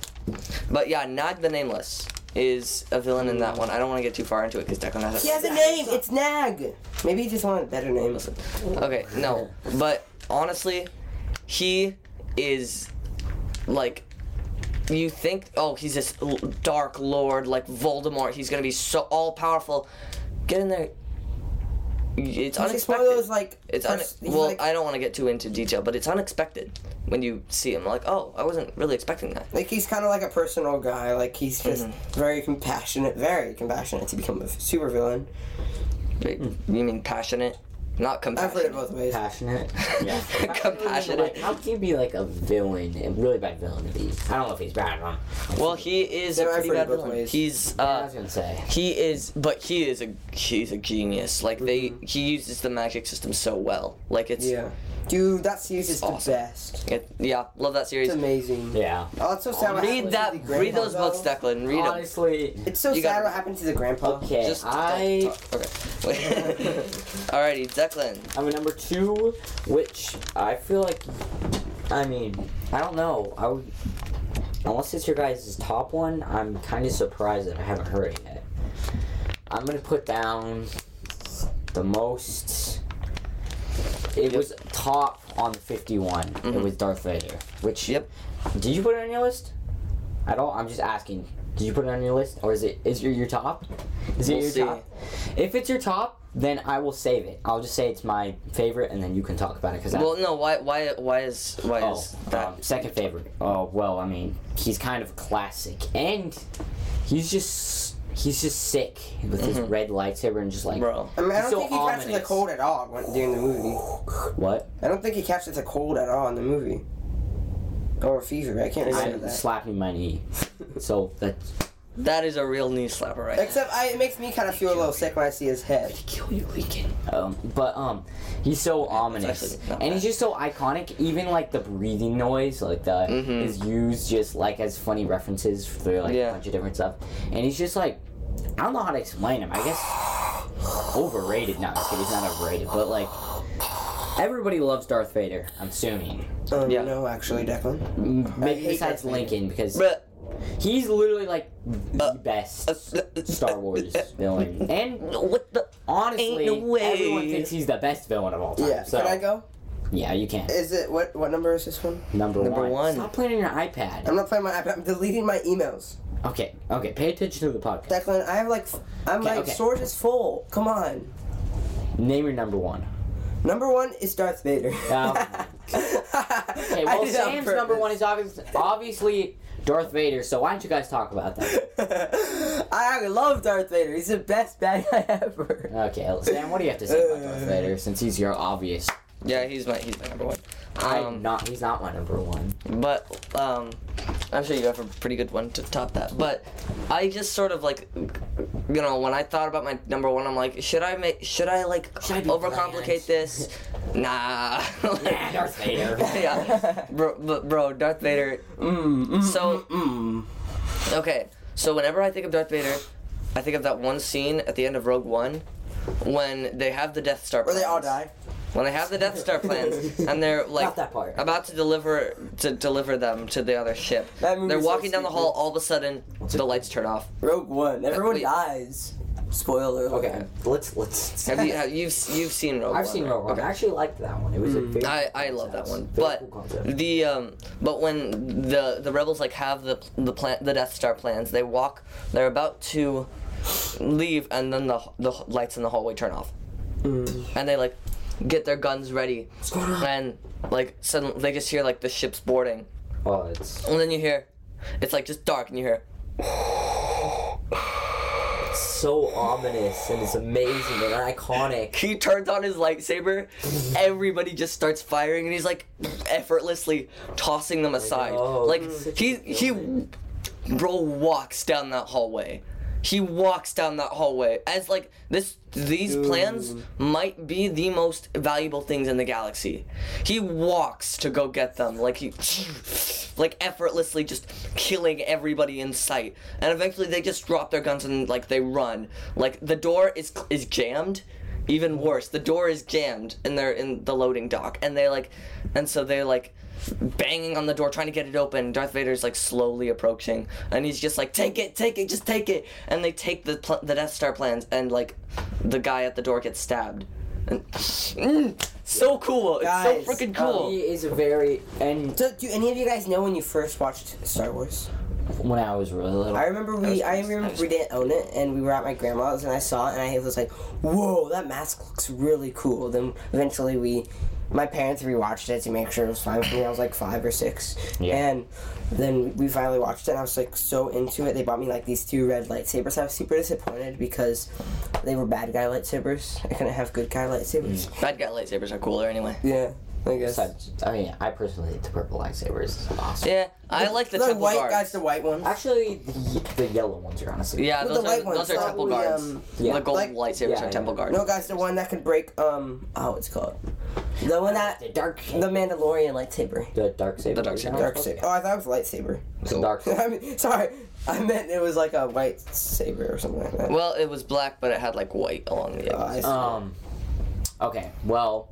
Speaker 3: but yeah, Nag the Nameless is a villain in that one. I don't want to get too far into it because Declan has.
Speaker 1: He has a name. It's Nag. Maybe he just wanted a better name.
Speaker 3: Okay, no, but honestly, he is like you think. Oh, he's this l- dark lord like Voldemort. He's gonna be so all powerful. Get in there.
Speaker 1: It's
Speaker 3: It's
Speaker 1: just one
Speaker 3: unexpected.
Speaker 1: of those like.
Speaker 3: it's un-
Speaker 1: pers- he's
Speaker 3: well,
Speaker 1: like,
Speaker 3: I don't want to get too into detail, but it's unexpected when you see him. Like, oh, I wasn't really expecting that.
Speaker 1: like he's kind of like a personal guy. Like he's just
Speaker 3: Mm-hmm.
Speaker 1: very compassionate, very compassionate to become a supervillain.
Speaker 3: Wait, You mean passionate, not
Speaker 1: I've heard it
Speaker 3: compassionate.
Speaker 1: both ways.
Speaker 2: Passionate. (laughs) Yeah.
Speaker 3: Compassionate.
Speaker 2: How can you be like a villain, a really bad villain to be? I don't know if he's bad or not.
Speaker 3: Well, he is
Speaker 1: Yeah,
Speaker 3: a
Speaker 1: I've
Speaker 3: pretty
Speaker 1: heard it
Speaker 3: bad
Speaker 1: both
Speaker 3: villain.
Speaker 1: ways.
Speaker 3: He's
Speaker 2: I
Speaker 3: uh,
Speaker 2: was gonna say.
Speaker 3: He is, but he is a he's a genius. Like they, he uses the magic system so well. Like it's
Speaker 1: Mm-hmm. Yeah, dude, that series is
Speaker 3: awesome.
Speaker 1: the best.
Speaker 3: it- yeah, love that series.
Speaker 1: It's amazing.
Speaker 2: Yeah.
Speaker 1: Oh, it's so sad. what happened
Speaker 3: Read that,
Speaker 1: to the
Speaker 3: read
Speaker 1: grandpa,
Speaker 3: those books,
Speaker 1: though.
Speaker 3: Declan. Read them.
Speaker 2: Honestly.
Speaker 1: It's so
Speaker 3: You
Speaker 1: sad
Speaker 3: gotta-
Speaker 1: what happened to the grandpa.
Speaker 2: Okay,
Speaker 3: Just don't
Speaker 2: I
Speaker 3: talk. okay. (laughs) Alrighty, Declan.
Speaker 2: I'm a number two, which I feel like, I mean, I don't know. I would, unless it's your guys' top one, I'm kind of surprised that I haven't heard it yet. I'm gonna put down the most. It was top on the 51. It was Darth Vader. Which
Speaker 3: Mm-hmm. Yep.
Speaker 2: Did you put it on your list? At all? I'm just asking. Did you put it on your list, or is it is it your top? Is
Speaker 3: We'll
Speaker 2: it your
Speaker 3: see.
Speaker 2: top? If it's your top, then I will save it. I'll just say it's my favorite, and then you can talk about it because
Speaker 3: Well, no, why why why is why is
Speaker 1: Oh,
Speaker 3: that?
Speaker 2: um, second favorite. Oh well, I mean, he's kind of classic, and he's just he's just sick with his red lightsaber and just like
Speaker 3: Mm-hmm. Bro,
Speaker 1: I mean, I don't
Speaker 2: It's so
Speaker 1: think he catches the
Speaker 2: ominous.
Speaker 1: cold at all when- during the movie.
Speaker 2: what?
Speaker 1: I don't think he catches the cold at all in the movie. Or fever. I can't remember
Speaker 2: I'm
Speaker 1: that.
Speaker 2: slapping my knee. so that's
Speaker 3: That is a real knee slapper right there.
Speaker 1: Except I, it makes me kind of feel a little sick when I see his head.
Speaker 3: Kill you, Lincoln.
Speaker 2: Um, but um, he's so ominous,
Speaker 3: actually not
Speaker 2: and he's
Speaker 3: bad.
Speaker 2: just so iconic. Even like the breathing noise, like the
Speaker 3: Mhm.
Speaker 2: is used just like as funny references for like
Speaker 3: Yeah.
Speaker 2: a bunch of different stuff. And he's just like, I don't know how to explain him. I guess overrated. No, I'm just kidding, he's not overrated, but like everybody loves Darth Vader. I'm assuming,
Speaker 1: Um,
Speaker 3: Yeah.
Speaker 1: No, actually, Declan.
Speaker 2: M- maybe
Speaker 1: hate Darth
Speaker 2: besides
Speaker 1: Vader.
Speaker 2: Lincoln because
Speaker 3: But
Speaker 2: he's literally like the
Speaker 3: Uh,
Speaker 2: best
Speaker 3: uh, uh,
Speaker 2: Star
Speaker 3: (laughs)
Speaker 2: Wars villain. And
Speaker 3: what the?
Speaker 2: honestly,
Speaker 3: Ain't no way.
Speaker 2: everyone thinks he's the best villain of all time.
Speaker 1: Yeah.
Speaker 2: so
Speaker 1: Can I go?
Speaker 2: yeah, you can.
Speaker 1: Is it what? What number is this one?
Speaker 2: Number,
Speaker 3: Number
Speaker 2: one.
Speaker 3: one.
Speaker 2: Stop playing on your
Speaker 1: I'm
Speaker 2: iPad.
Speaker 1: not playing my iPad. I'm deleting my emails.
Speaker 2: Okay, okay. Pay attention to the podcast.
Speaker 1: Declan, I have like, f- I'm
Speaker 2: Okay,
Speaker 1: like,
Speaker 2: okay.
Speaker 1: storage is full. Come on.
Speaker 2: Name your number
Speaker 3: (laughs)
Speaker 2: one.
Speaker 1: Number one is Darth Vader. (laughs)
Speaker 2: Oh.
Speaker 1: okay,
Speaker 2: Okay, well, Sam's number one is obviously, obviously Darth Vader. So why don't you guys talk about that?
Speaker 1: (laughs) I love Darth Vader. He's the best bad guy (laughs) ever.
Speaker 2: Okay, Sam, what do you have to say about Darth
Speaker 3: Uh,
Speaker 2: Vader? Since he's your obvious,
Speaker 3: Yeah, he's my he's my number one.
Speaker 2: I'm
Speaker 3: Um,
Speaker 2: not. He's not my number
Speaker 3: (laughs)
Speaker 2: one.
Speaker 3: but um, I'm sure you have a pretty good one to top that. But I just sort of like, you know, when I thought about my number one, I'm like, should I make? Should I like
Speaker 2: Should I be bland?
Speaker 3: overcomplicate this? Nah. (laughs)
Speaker 2: Yeah, Darth (laughs) Vader. Uh,
Speaker 3: yeah, bro, but bro, Darth Vader.
Speaker 1: Mm, mm,
Speaker 3: So-
Speaker 1: mm,
Speaker 3: Okay, so whenever I think of Darth Vader, I think of that one scene at the end of Rogue One, when they have the Death Star.
Speaker 1: or they all
Speaker 3: plans.
Speaker 1: die.
Speaker 3: When they have the Death Star plans, and they're
Speaker 2: (laughs)
Speaker 3: like
Speaker 2: Not that part.
Speaker 3: about to deliver to deliver them to the other ship.
Speaker 1: That movie's
Speaker 3: They're
Speaker 1: so
Speaker 3: walking down the hall.
Speaker 1: stupid.
Speaker 3: All of a sudden, the lights turn off.
Speaker 1: Rogue One. Everyone
Speaker 3: wait.
Speaker 1: dies. Spoiler. alert.
Speaker 2: Okay, let's let's.
Speaker 3: Have you have, you've you've seen Rogue One?
Speaker 2: I've seen
Speaker 3: right?
Speaker 2: Rogue One. I actually liked that one. It was a very
Speaker 3: Mm, I,
Speaker 2: cool
Speaker 3: I love that
Speaker 2: concept.
Speaker 3: one,
Speaker 2: Very
Speaker 3: but
Speaker 2: cool concept.
Speaker 3: the um, but when the the rebels like have the the plan the Death Star plans, they walk, they're about to leave, and then the the lights in the hallway turn off,
Speaker 2: Mm.
Speaker 3: and they like get their guns ready,
Speaker 1: going on?
Speaker 3: and like suddenly they just hear like the ship's boarding,
Speaker 2: oh, it's
Speaker 3: and then you hear, it's like just dark, and you hear
Speaker 2: so ominous and it's amazing and iconic.
Speaker 3: he turns on his lightsaber, everybody just starts firing, and he's like effortlessly tossing them aside.
Speaker 2: know.
Speaker 3: Like
Speaker 2: Such
Speaker 3: he
Speaker 2: a
Speaker 3: he,
Speaker 2: villain.
Speaker 3: bro walks down that hallway. He walks down that hallway as like this. These plans might be the most valuable things in the galaxy. He walks to go get them, like he, (sniffs) like effortlessly just killing everybody in sight. And eventually they just drop their guns and like they run. Like the door is is jammed, even worse the door is jammed and they're in the loading dock and they like and so they like banging on the door trying to get it open darth vader's like slowly approaching and he's just like take it take it just take it and they take the pl- the death star plans and like the guy at the door gets stabbed and (sniffs) Mm, so cool
Speaker 1: Guys, um,
Speaker 3: it's so freaking
Speaker 2: Oh,
Speaker 3: cool
Speaker 2: He is a very and
Speaker 1: So, do any of you guys know when you first watched Star Wars?
Speaker 2: when I was really little,
Speaker 1: I remember we, I remember we didn't own it, and we were at my grandma's, and I saw it, and I was like, "Whoa, that mask looks really cool." Then eventually, we, my parents rewatched it to make sure it was fine for me. I was like five or six,
Speaker 2: Yeah.
Speaker 1: and then we finally watched it, and I was like so into it. They bought me like these two red lightsabers. I was super disappointed because they were bad guy lightsabers. I couldn't have good guy lightsabers.
Speaker 3: bad guy lightsabers are cooler anyway
Speaker 1: Yeah, I guess.
Speaker 2: Besides, I mean, I personally hate the purple lightsabers. It's awesome.
Speaker 3: yeah i like the,
Speaker 1: the
Speaker 3: temple
Speaker 1: white
Speaker 3: guards
Speaker 1: guys, the white ones.
Speaker 2: Actually, the, the yellow ones are honestly.
Speaker 3: yeah
Speaker 1: But
Speaker 3: those
Speaker 1: the
Speaker 3: are
Speaker 1: white ones,
Speaker 3: those are
Speaker 1: not
Speaker 3: temple
Speaker 1: the,
Speaker 3: guards
Speaker 1: um,
Speaker 2: Yeah.
Speaker 3: the gold
Speaker 1: like-
Speaker 3: lightsabers
Speaker 2: Yeah,
Speaker 3: are temple
Speaker 2: yeah.
Speaker 3: guards
Speaker 1: No, guys, the one that could break. Um, oh, it's called the one that
Speaker 2: The dark.
Speaker 1: the Mandalorian lightsaber.
Speaker 2: The dark saber.
Speaker 3: The dark saber.
Speaker 1: Dark saber. Oh, I thought it was lightsaber. (laughs)
Speaker 2: It's a dark
Speaker 3: (laughs)
Speaker 2: saber.
Speaker 1: I mean, sorry, I meant it was like a white saber or something like that.
Speaker 3: Well, it was black, but it had like white along the
Speaker 1: Oh, I
Speaker 3: edges.
Speaker 1: see.
Speaker 2: Um. Okay. Well.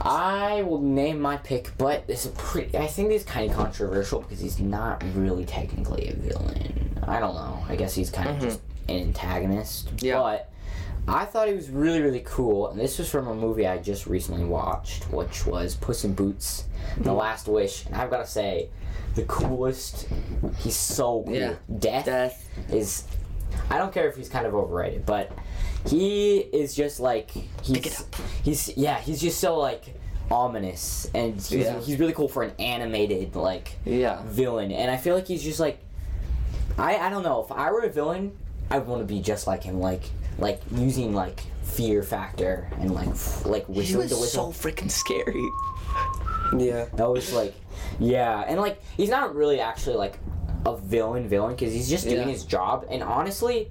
Speaker 2: I will name my pick, but it's a pretty. I think he's kind of controversial because he's not really technically a villain. I don't know. I guess he's kind of just an antagonist.
Speaker 3: Mm-hmm. Yeah.
Speaker 2: But I thought he was really, really cool, and this was from a movie I just recently watched, which was Puss in Boots:
Speaker 3: Mm-hmm.
Speaker 2: The Last Wish. And I've got to say, the coolest. He's so cool.
Speaker 3: Yeah.
Speaker 2: Death,
Speaker 3: Death.
Speaker 2: is. I don't care if he's kind of overrated, but he is just like he's
Speaker 3: it up.
Speaker 2: he's yeah he's just so like ominous and he's,
Speaker 3: Yeah.
Speaker 2: he's really cool for an animated like
Speaker 3: Yeah.
Speaker 2: villain and I feel like he's just like I I don't know if I were a villain I'd want to be just like him like like using like fear factor and like f- like
Speaker 3: He
Speaker 2: whistle
Speaker 3: was
Speaker 2: the whistle
Speaker 3: so freaking scary.
Speaker 1: yeah.
Speaker 2: that was like yeah and like he's not really actually like a villain villain because he's just doing
Speaker 3: Yeah.
Speaker 2: his job. And honestly,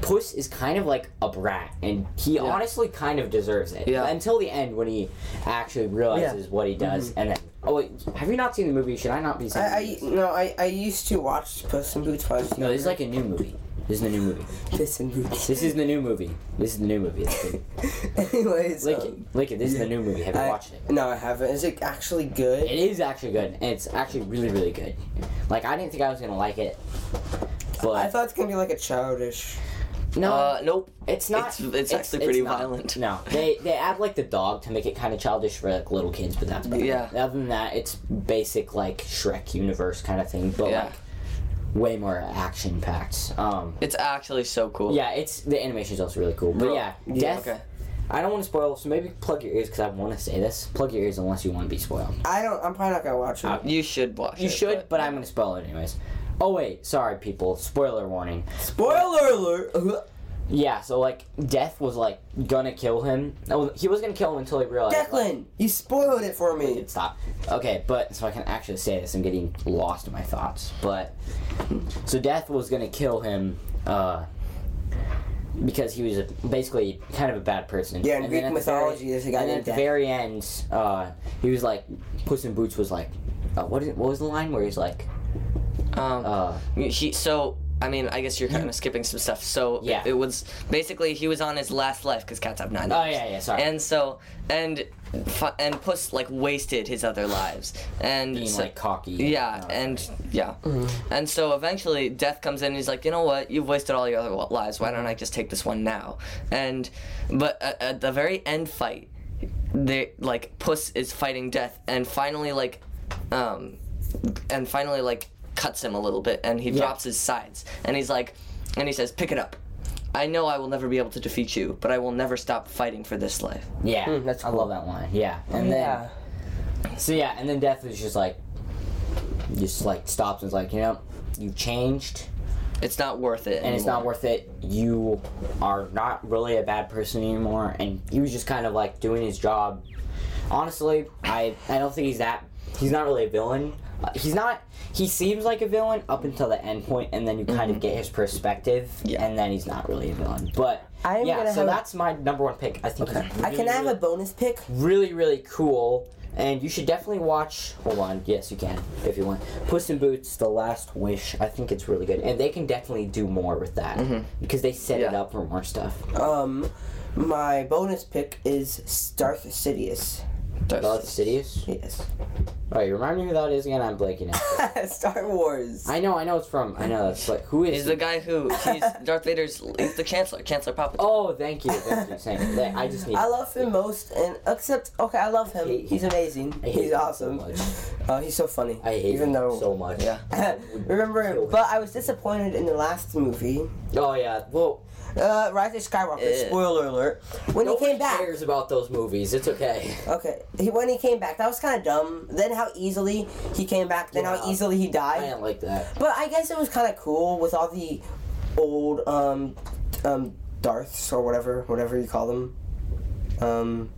Speaker 2: Puss is kind of like a brat, and he honestly kind of deserves it.
Speaker 3: Yeah.
Speaker 2: Until the end when he actually realizes what he
Speaker 3: Mm-hmm.
Speaker 2: does, and then oh, wait, have you not seen the movie? Should I not be
Speaker 1: I,
Speaker 2: saying?
Speaker 1: I no, I, I used to watch Puss in Boots. Watch
Speaker 2: no, this is like a new movie. This is the new movie.
Speaker 1: Puss in Boots. (laughs)
Speaker 2: This is the new movie. This is the new movie.
Speaker 3: (laughs)
Speaker 1: Anyways,
Speaker 2: Lick it.
Speaker 1: um,
Speaker 2: Lick it. This is the new movie. Have you
Speaker 1: I-
Speaker 2: watched it?
Speaker 1: No, I haven't. Is it actually good?
Speaker 2: It is actually good, and it's actually really, really good. Like I didn't think I was gonna like it, but
Speaker 1: I thought it's gonna be like a childish.
Speaker 2: no,
Speaker 3: Uh, nope.
Speaker 2: it's not.
Speaker 3: it's- it's actually pretty
Speaker 2: not.
Speaker 3: violent.
Speaker 2: No, they they add like the dog to make it kind of childish for like little kids, but that's about it.
Speaker 3: Yeah.
Speaker 2: Other than that, it's basic like Shrek universe kind of thing, but
Speaker 3: Yeah.
Speaker 2: like way more action packed. Um,
Speaker 3: It's actually so cool.
Speaker 2: yeah, it's the animation is also really cool, but
Speaker 3: Bro-
Speaker 2: yeah,
Speaker 1: yeah,
Speaker 2: death.
Speaker 3: Okay.
Speaker 2: I don't want to spoil, so maybe plug your ears because I want to say this. Plug your ears unless you want to be spoiled.
Speaker 1: I don't. I'm probably not gonna watch it.
Speaker 2: Uh,
Speaker 3: You should watch it.
Speaker 2: You should, but, I'm gonna spoil it anyways. Oh wait, sorry people. Spoiler warning.
Speaker 1: Spoiler alert. (laughs)
Speaker 2: Yeah, so like Death was like gonna kill him. Oh, he was gonna kill him until he realized. like-
Speaker 1: Declan, you spoiled it for me.
Speaker 2: stop. Okay, but so I can actually say this. I'm getting lost in my thoughts, but so Death was gonna kill him uh, because he was a, basically kind of a bad person.
Speaker 1: Yeah, in
Speaker 2: And
Speaker 1: Greek
Speaker 2: then at the
Speaker 1: mythology,
Speaker 2: very-
Speaker 1: there's a guy
Speaker 2: And then
Speaker 1: named
Speaker 2: at the
Speaker 1: Death.
Speaker 2: very end, uh, he was like, Puss in Boots was like, uh, what, is, what was the line where he's like,
Speaker 3: Um,
Speaker 2: uh,
Speaker 3: he so I mean I guess you're
Speaker 2: (clears throat)
Speaker 3: kind of skipping some stuff. So
Speaker 2: Yeah.
Speaker 3: it, was basically he was on his last life because cats have nine.
Speaker 2: oh
Speaker 3: lives.
Speaker 2: yeah, yeah, sorry.
Speaker 3: And so and fu- and puss like wasted his other lives and
Speaker 2: being
Speaker 3: so-
Speaker 2: like cocky.
Speaker 3: yeah
Speaker 2: uh,
Speaker 3: and yeah
Speaker 2: Mm.
Speaker 3: and so eventually death comes in and he's like you know what you've wasted all your other wa- lives why don't i just take this one now and but at, at the very end fight they like puss is fighting death and finally like um and finally like cuts him a little bit and he drops his sides and he's like and he says pick it up i know i will never be able to defeat you but i will never stop fighting for this life
Speaker 2: yeah.
Speaker 1: Hmm, that's Oh,
Speaker 2: I love that line. Yeah, and then
Speaker 1: yeah.
Speaker 2: So yeah, and then Death was just like, just like stops and is like, you know, you changed,
Speaker 3: it's not worth it
Speaker 2: and it's not worth it. You are not really a bad person anymore, and he was just kind of like doing his job. Honestly, I I don't think he's that. He's not really a villain. Uh, he's not. He seems like a villain up until the end point, and then you kind
Speaker 1: Mm-hmm.
Speaker 2: of get his perspective,
Speaker 3: Yeah.
Speaker 2: and then he's not really a villain. But
Speaker 1: I'm
Speaker 2: yeah,
Speaker 1: gonna
Speaker 2: so
Speaker 1: have-
Speaker 2: that's my number one pick. I think. he's
Speaker 1: I can
Speaker 2: really,
Speaker 1: have a bonus pick.
Speaker 2: really really cool and you should definitely watch hold on yes you can if you want puss in boots the last wish i think it's really good and they can definitely do more with that because they set it
Speaker 3: Yeah.
Speaker 2: up for more stuff
Speaker 1: Um, my bonus pick is Darth Sidious.
Speaker 3: Darth
Speaker 2: Darth Sidious?
Speaker 1: Yes.
Speaker 2: Alright, remind me who that is again. I'm blanking out.
Speaker 1: (laughs) Star Wars.
Speaker 2: I know, I know it's from. I know that's like who is?
Speaker 3: He's
Speaker 2: he?
Speaker 3: the guy who
Speaker 2: (laughs)
Speaker 3: he's Darth Vader's. He's the Chancellor, Chancellor Palpatine.
Speaker 2: Oh, thank you, thank you. Same. Like, I just need.
Speaker 1: I love him most, and except okay, I love him.
Speaker 2: hate
Speaker 1: He's
Speaker 2: him.
Speaker 1: amazing.
Speaker 2: I hate
Speaker 1: He's
Speaker 2: him so
Speaker 1: awesome. (laughs)
Speaker 2: much.
Speaker 1: Uh, he's so funny.
Speaker 2: I hate
Speaker 1: even
Speaker 2: him
Speaker 1: though.
Speaker 2: so much.
Speaker 3: Yeah.
Speaker 1: (laughs) Remember, but I was disappointed in the last movie,
Speaker 2: Oh yeah. Well,
Speaker 1: uh, Rise of Skywalker.
Speaker 3: Eh.
Speaker 1: Spoiler alert. When he
Speaker 2: nobody
Speaker 1: came back,
Speaker 2: cares about those movies. It's okay.
Speaker 1: okay. He, when he came back, that was kind of dumb. Then how easily he came back. Then
Speaker 2: Yeah.
Speaker 1: how easily he
Speaker 2: I
Speaker 1: died.
Speaker 2: didn't like that.
Speaker 1: But I guess it was kind of cool with all the old um, um, Darths or whatever, whatever you call them. Um,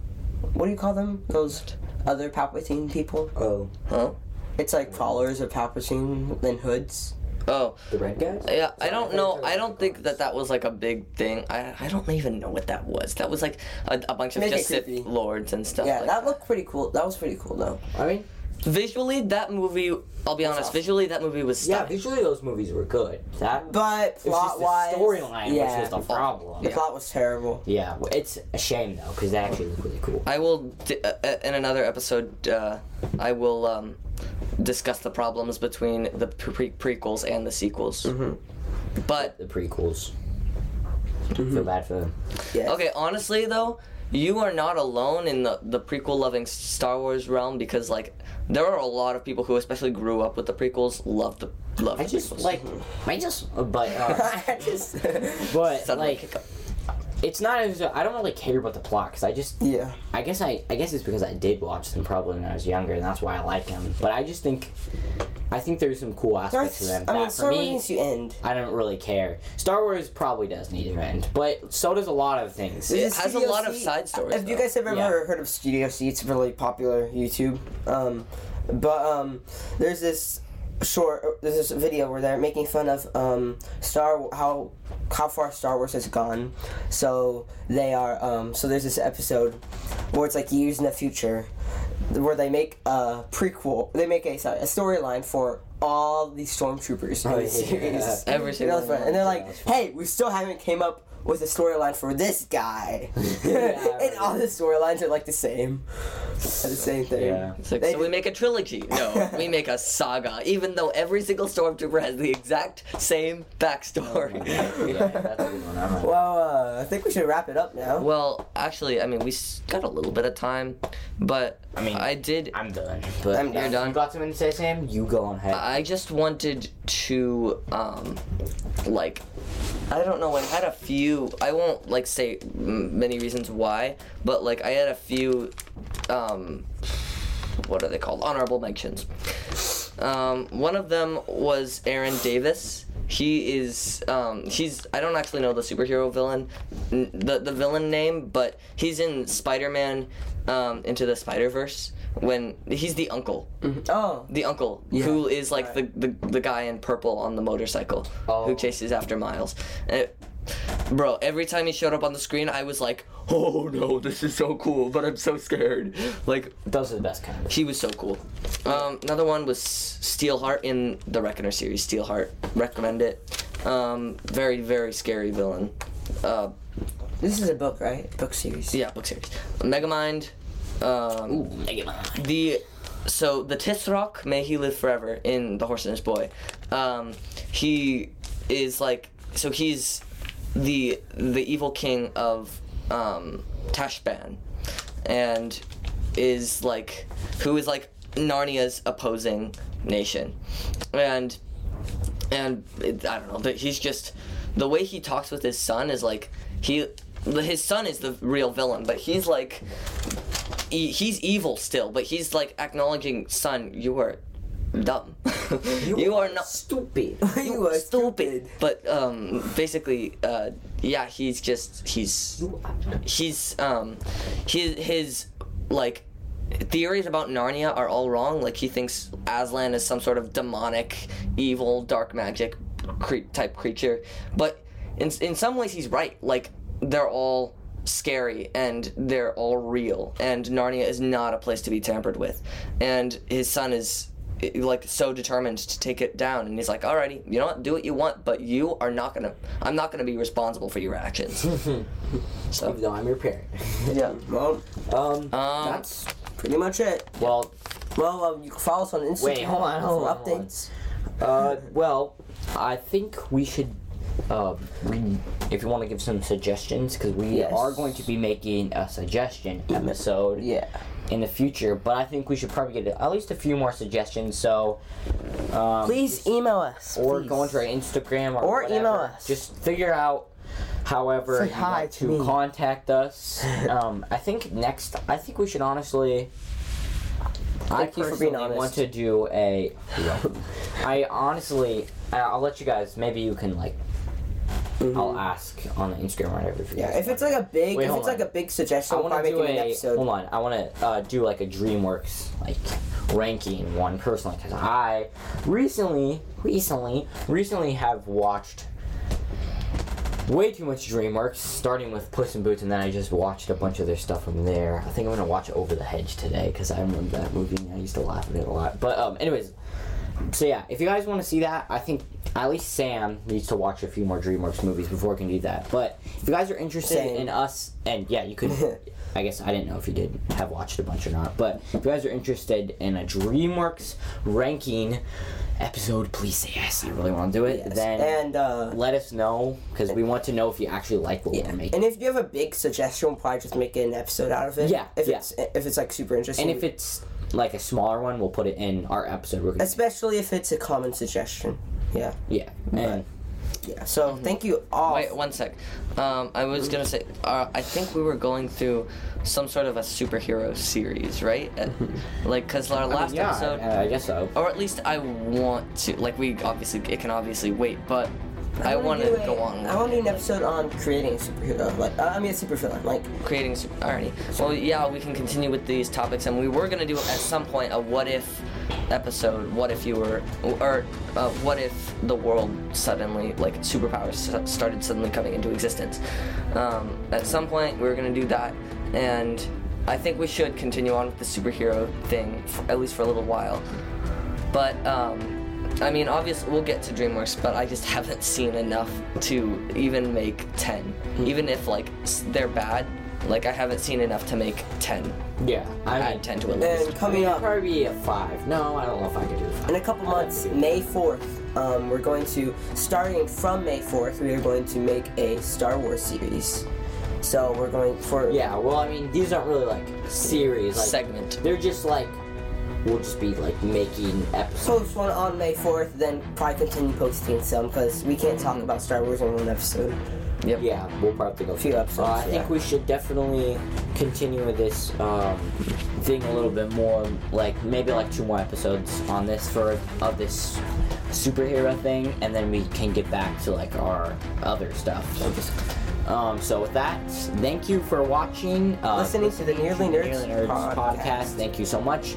Speaker 1: what do you call them? Those other Palpatine people?
Speaker 2: Oh,
Speaker 3: Huh?
Speaker 1: It's like followers of Palpatine and hoods.
Speaker 3: Oh,
Speaker 2: the red guys.
Speaker 3: yeah. I
Speaker 2: Sorry,
Speaker 3: don't
Speaker 2: thought you
Speaker 3: know.
Speaker 2: were
Speaker 3: I
Speaker 2: talking
Speaker 3: don't
Speaker 2: about
Speaker 3: think
Speaker 2: the
Speaker 3: that that was like a big thing. I I don't even know what that was. That was like a, a bunch of
Speaker 1: Make it
Speaker 3: just Sith
Speaker 1: creepy.
Speaker 3: lords and stuff.
Speaker 1: Yeah,
Speaker 3: like
Speaker 1: that looked pretty cool. That was pretty cool though.
Speaker 2: I mean,
Speaker 3: Visually, that movie. I'll be honest.
Speaker 2: awesome.
Speaker 3: Visually, that movie was
Speaker 2: Yeah,
Speaker 3: stunning.
Speaker 2: visually those movies were good. That it
Speaker 1: But
Speaker 2: was
Speaker 1: plot
Speaker 2: just the
Speaker 1: wise,
Speaker 2: storyline
Speaker 1: yeah,
Speaker 2: which was the problem.
Speaker 1: the
Speaker 2: Yeah,
Speaker 1: plot was terrible.
Speaker 2: well, it's a shame though because they actually look really cool.
Speaker 3: I will di- uh, uh, in another episode. Uh, I will um, discuss the problems between the pre- pre- prequels and the sequels.
Speaker 2: Mm-hmm.
Speaker 3: But
Speaker 2: The prequels.
Speaker 1: Mm-hmm.
Speaker 2: Feel bad for them.
Speaker 1: Yeah.
Speaker 3: Okay, honestly though, you are not alone in the the prequel loving Star Wars realm because like there are a lot of people who especially grew up with the prequels love the love
Speaker 2: I
Speaker 3: the
Speaker 2: just
Speaker 3: prequels.
Speaker 2: like I just but
Speaker 1: (laughs)
Speaker 2: uh,
Speaker 1: (laughs) I just
Speaker 2: but
Speaker 3: Suddenly
Speaker 2: like
Speaker 3: kick up.
Speaker 2: it's not as I don't really care about the plot because I just
Speaker 1: yeah.
Speaker 2: I guess I I guess it's because I did watch them probably when I was younger and that's why I like them. But I just think I think there's some cool aspects to
Speaker 1: Darth,
Speaker 2: them.
Speaker 1: I mean,
Speaker 2: that
Speaker 1: Star
Speaker 2: for
Speaker 1: Wars
Speaker 2: me,
Speaker 1: needs to end.
Speaker 2: I don't really care. Star Wars probably does need to end, but so does a lot of things.
Speaker 3: It
Speaker 1: Is
Speaker 3: has a
Speaker 1: Studio
Speaker 3: lot of
Speaker 1: C-
Speaker 3: side stories,
Speaker 1: If you
Speaker 3: though.
Speaker 1: guys have ever
Speaker 2: Yeah.
Speaker 1: heard of Studio C, it's really popular YouTube. Um, but um, there's this short. There's this video where they're making fun of um, Star how how far Star Wars has gone. So they are. Um, so there's this episode where it's like years in the future, where they make a prequel. They make a sorry, a storyline for all the stormtroopers in
Speaker 2: Oh,
Speaker 1: the series.
Speaker 2: yeah.
Speaker 1: (laughs)
Speaker 3: Every
Speaker 1: You know,
Speaker 3: single
Speaker 1: it's fun.
Speaker 3: one.
Speaker 1: And they're like, hey, we still haven't came up with a storyline for this guy.
Speaker 2: (laughs)
Speaker 1: (laughs)
Speaker 2: Yeah,
Speaker 1: and all the storylines are like the same. They're the same thing.
Speaker 2: Yeah.
Speaker 3: It's like,
Speaker 1: They
Speaker 3: so we make a trilogy. No,
Speaker 2: (laughs)
Speaker 3: we make a saga. Even though every single stormtrooper has the exact same backstory.
Speaker 2: Oh, yeah, that's a good one. I'm not-
Speaker 1: Well, uh, I think we should wrap it up now.
Speaker 3: Well, actually, I mean, we s- got a little bit of time, but I
Speaker 2: mean,
Speaker 3: did.
Speaker 2: I'm done. But
Speaker 1: I'm
Speaker 2: You're
Speaker 1: done.
Speaker 2: done. You got something to say, Sam? You go on ahead.
Speaker 3: I just wanted to, um, like, I don't know. I had a few. I won't like say m- many reasons why, but like I had a few, um, what are they called? Honorable mentions. Um, one of them was Aaron Davis. He is um, he's I don't actually know the superhero villain, n- the the villain name, but he's in Spider Man, um, into the Spider Verse when he's the uncle
Speaker 1: oh,
Speaker 3: the uncle who is like the, the the guy in purple on the motorcycle
Speaker 2: Oh.
Speaker 3: who chases after Miles. And it- bro, every time he showed up on the screen, I was like, "Oh no, this is so cool," but I'm so scared. Like
Speaker 2: Those are the best kind.
Speaker 3: he was so cool. Um, another one was Steelheart in the Reckoner series. Steelheart, recommend it. Um, very very scary villain. Uh,
Speaker 1: this is a book, right? Book series.
Speaker 3: yeah, book series. Megamind. Um,
Speaker 2: Ooh, Megamind.
Speaker 3: the so the Tisrock, may he live forever in The Horse and His Boy. Um, he is like so he's the the evil king of um, Tashban, and is like who is like Narnia's opposing nation, and and it, I don't know. But he's just the way he talks with his son is like he his son is the real villain, but he's like e- he's evil still, but he's like acknowledging, son, you are dumb. (laughs) you, are not
Speaker 2: (laughs) stupid.
Speaker 1: you are stupid.
Speaker 3: But um, basically, uh, yeah, he's just he's he's um, his his like theories about Narnia are all wrong. Like he thinks Aslan is some sort of demonic, evil, dark magic cre- type creature, but in in some ways he's right. Like they're all scary and they're all real, and Narnia is not a place to be tampered with, and his son is i- like so determined to take it down and he's like alrighty you know what do what you want but you are not gonna i'm not gonna be responsible for your actions
Speaker 2: Even though I'm your parent. (laughs)
Speaker 3: yeah
Speaker 1: Well,
Speaker 2: um,
Speaker 1: Uh,
Speaker 3: Um,
Speaker 2: that's
Speaker 1: pretty much it.
Speaker 2: well.
Speaker 1: Well, um, you can follow us on Instagram
Speaker 2: Wait, hold on, hold
Speaker 1: for
Speaker 2: on, hold on.
Speaker 1: updates.
Speaker 2: Uh, well, I think we should. Uh, read if you want to give some suggestions, because we
Speaker 1: Yes.
Speaker 2: are going to be making a suggestion episode
Speaker 1: Yeah.
Speaker 2: in the future, but I think we should probably get at least a few more suggestions. So, um,
Speaker 1: Please email us.
Speaker 2: or
Speaker 1: please.
Speaker 2: go into our Instagram or,
Speaker 1: Or email
Speaker 2: whatever.
Speaker 1: us.
Speaker 2: Just figure out however
Speaker 1: Say
Speaker 2: you
Speaker 1: hi
Speaker 2: want
Speaker 1: to
Speaker 2: to
Speaker 1: me.
Speaker 2: contact
Speaker 1: (laughs)
Speaker 2: us. um, I think next, I think we should honestly. I
Speaker 1: Thank you for being
Speaker 2: personally
Speaker 1: honest.
Speaker 2: want to do a. (laughs) I honestly, I- I'll let you guys. Maybe you can like. I'll ask on the Instagram or whatever. you
Speaker 1: Mm-hmm. Yeah,
Speaker 2: guys
Speaker 1: if
Speaker 2: want.
Speaker 1: it's like a big,
Speaker 2: Wait,
Speaker 1: if
Speaker 2: hold
Speaker 1: it's
Speaker 2: on.
Speaker 1: like a big suggestion,
Speaker 2: I
Speaker 1: we'll
Speaker 2: want
Speaker 1: probably
Speaker 2: to do
Speaker 1: make an
Speaker 2: a
Speaker 1: episode.
Speaker 2: hold on. I want to uh, do like a DreamWorks like ranking one personally because I recently, recently, recently have watched way too much DreamWorks, starting with Puss in Boots, and then I just watched a bunch of their stuff from there. I think I'm gonna watch Over the Hedge today because I remember that movie. and I used to laugh at it a lot. But um, anyways, so yeah, if you guys want to see that, I think at least Sam needs to watch a few more DreamWorks movies before we can do that. But if you guys are interested
Speaker 1: Same.
Speaker 2: in us, and yeah, you could. I guess I didn't know if you did have watched a bunch or not. But if you guys are interested in a DreamWorks ranking episode, please say yes. I really want to do it.
Speaker 1: Yes.
Speaker 2: Then
Speaker 1: and uh,
Speaker 2: let us know because we want to know if you actually like what we're making.
Speaker 1: and if you have a big suggestion, we'll probably just make an episode out of it.
Speaker 2: Yeah,
Speaker 1: If
Speaker 2: yeah.
Speaker 1: it's if it's like super interesting.
Speaker 2: And if it's like a smaller one, we'll put it in our episode. We're gonna,
Speaker 1: especially if it's a common suggestion. Yeah.
Speaker 2: yeah. And
Speaker 1: Yeah. So thank you all.
Speaker 3: Wait one sec. Um, I was gonna say, uh, I think we were going through some sort of a superhero series, right? Uh, like, cause our last
Speaker 2: yeah, uh,
Speaker 3: episode, Oh.
Speaker 2: I, I guess so.
Speaker 3: or at least I want to. Like, we obviously it can obviously wait, but I
Speaker 1: wanna
Speaker 3: wanna
Speaker 1: do
Speaker 3: go
Speaker 1: a-
Speaker 3: on
Speaker 1: I want to do an episode on creating a superhero. Like, uh, I mean, a supervillain. Like,
Speaker 3: creating super alrighty. Well, yeah, we can continue with these topics, and we were gonna do at some point a what if episode. What if you were, or uh, what if the world suddenly like superpowers s- started suddenly coming into existence? Um, at some point, we were gonna do that, and I think we should continue on with the superhero thing for, at least for a little while. But um, I mean, obviously, we'll get to DreamWorks, but I just haven't seen enough to even make 10. Even if, like, s- they're bad, like, I haven't seen enough to make 10.
Speaker 2: Yeah, I
Speaker 3: Add
Speaker 2: mean,
Speaker 3: 10 to a list.
Speaker 1: and coming up
Speaker 2: probably be a five. No, I don't know if I could do a five.
Speaker 1: in a couple months, May 4th, um, we're going to, starting from May 4th, we are going to make a Star Wars series. So we're going for.
Speaker 2: Yeah, well, I mean, these aren't really like series. Like,
Speaker 3: Segment.
Speaker 2: They're just like we'll just be like making episodes.
Speaker 1: Post one on May 4th, then probably continue posting some because we can't talk about Star Wars in one episode.
Speaker 3: Yep.
Speaker 2: Yeah, we'll probably go
Speaker 1: Few
Speaker 2: through.
Speaker 1: episodes,
Speaker 2: Uh, I
Speaker 1: yeah.
Speaker 2: think we should definitely continue with this um, thing a little bit more, like maybe like two more episodes on this for of this superhero thing, and then we can get back to like our other stuff. Um, so with that, thank you for watching. Uh,
Speaker 1: Listening to the Nearly Nerds,
Speaker 2: Daily Nerds podcast.
Speaker 1: podcast.
Speaker 2: Thank you so much,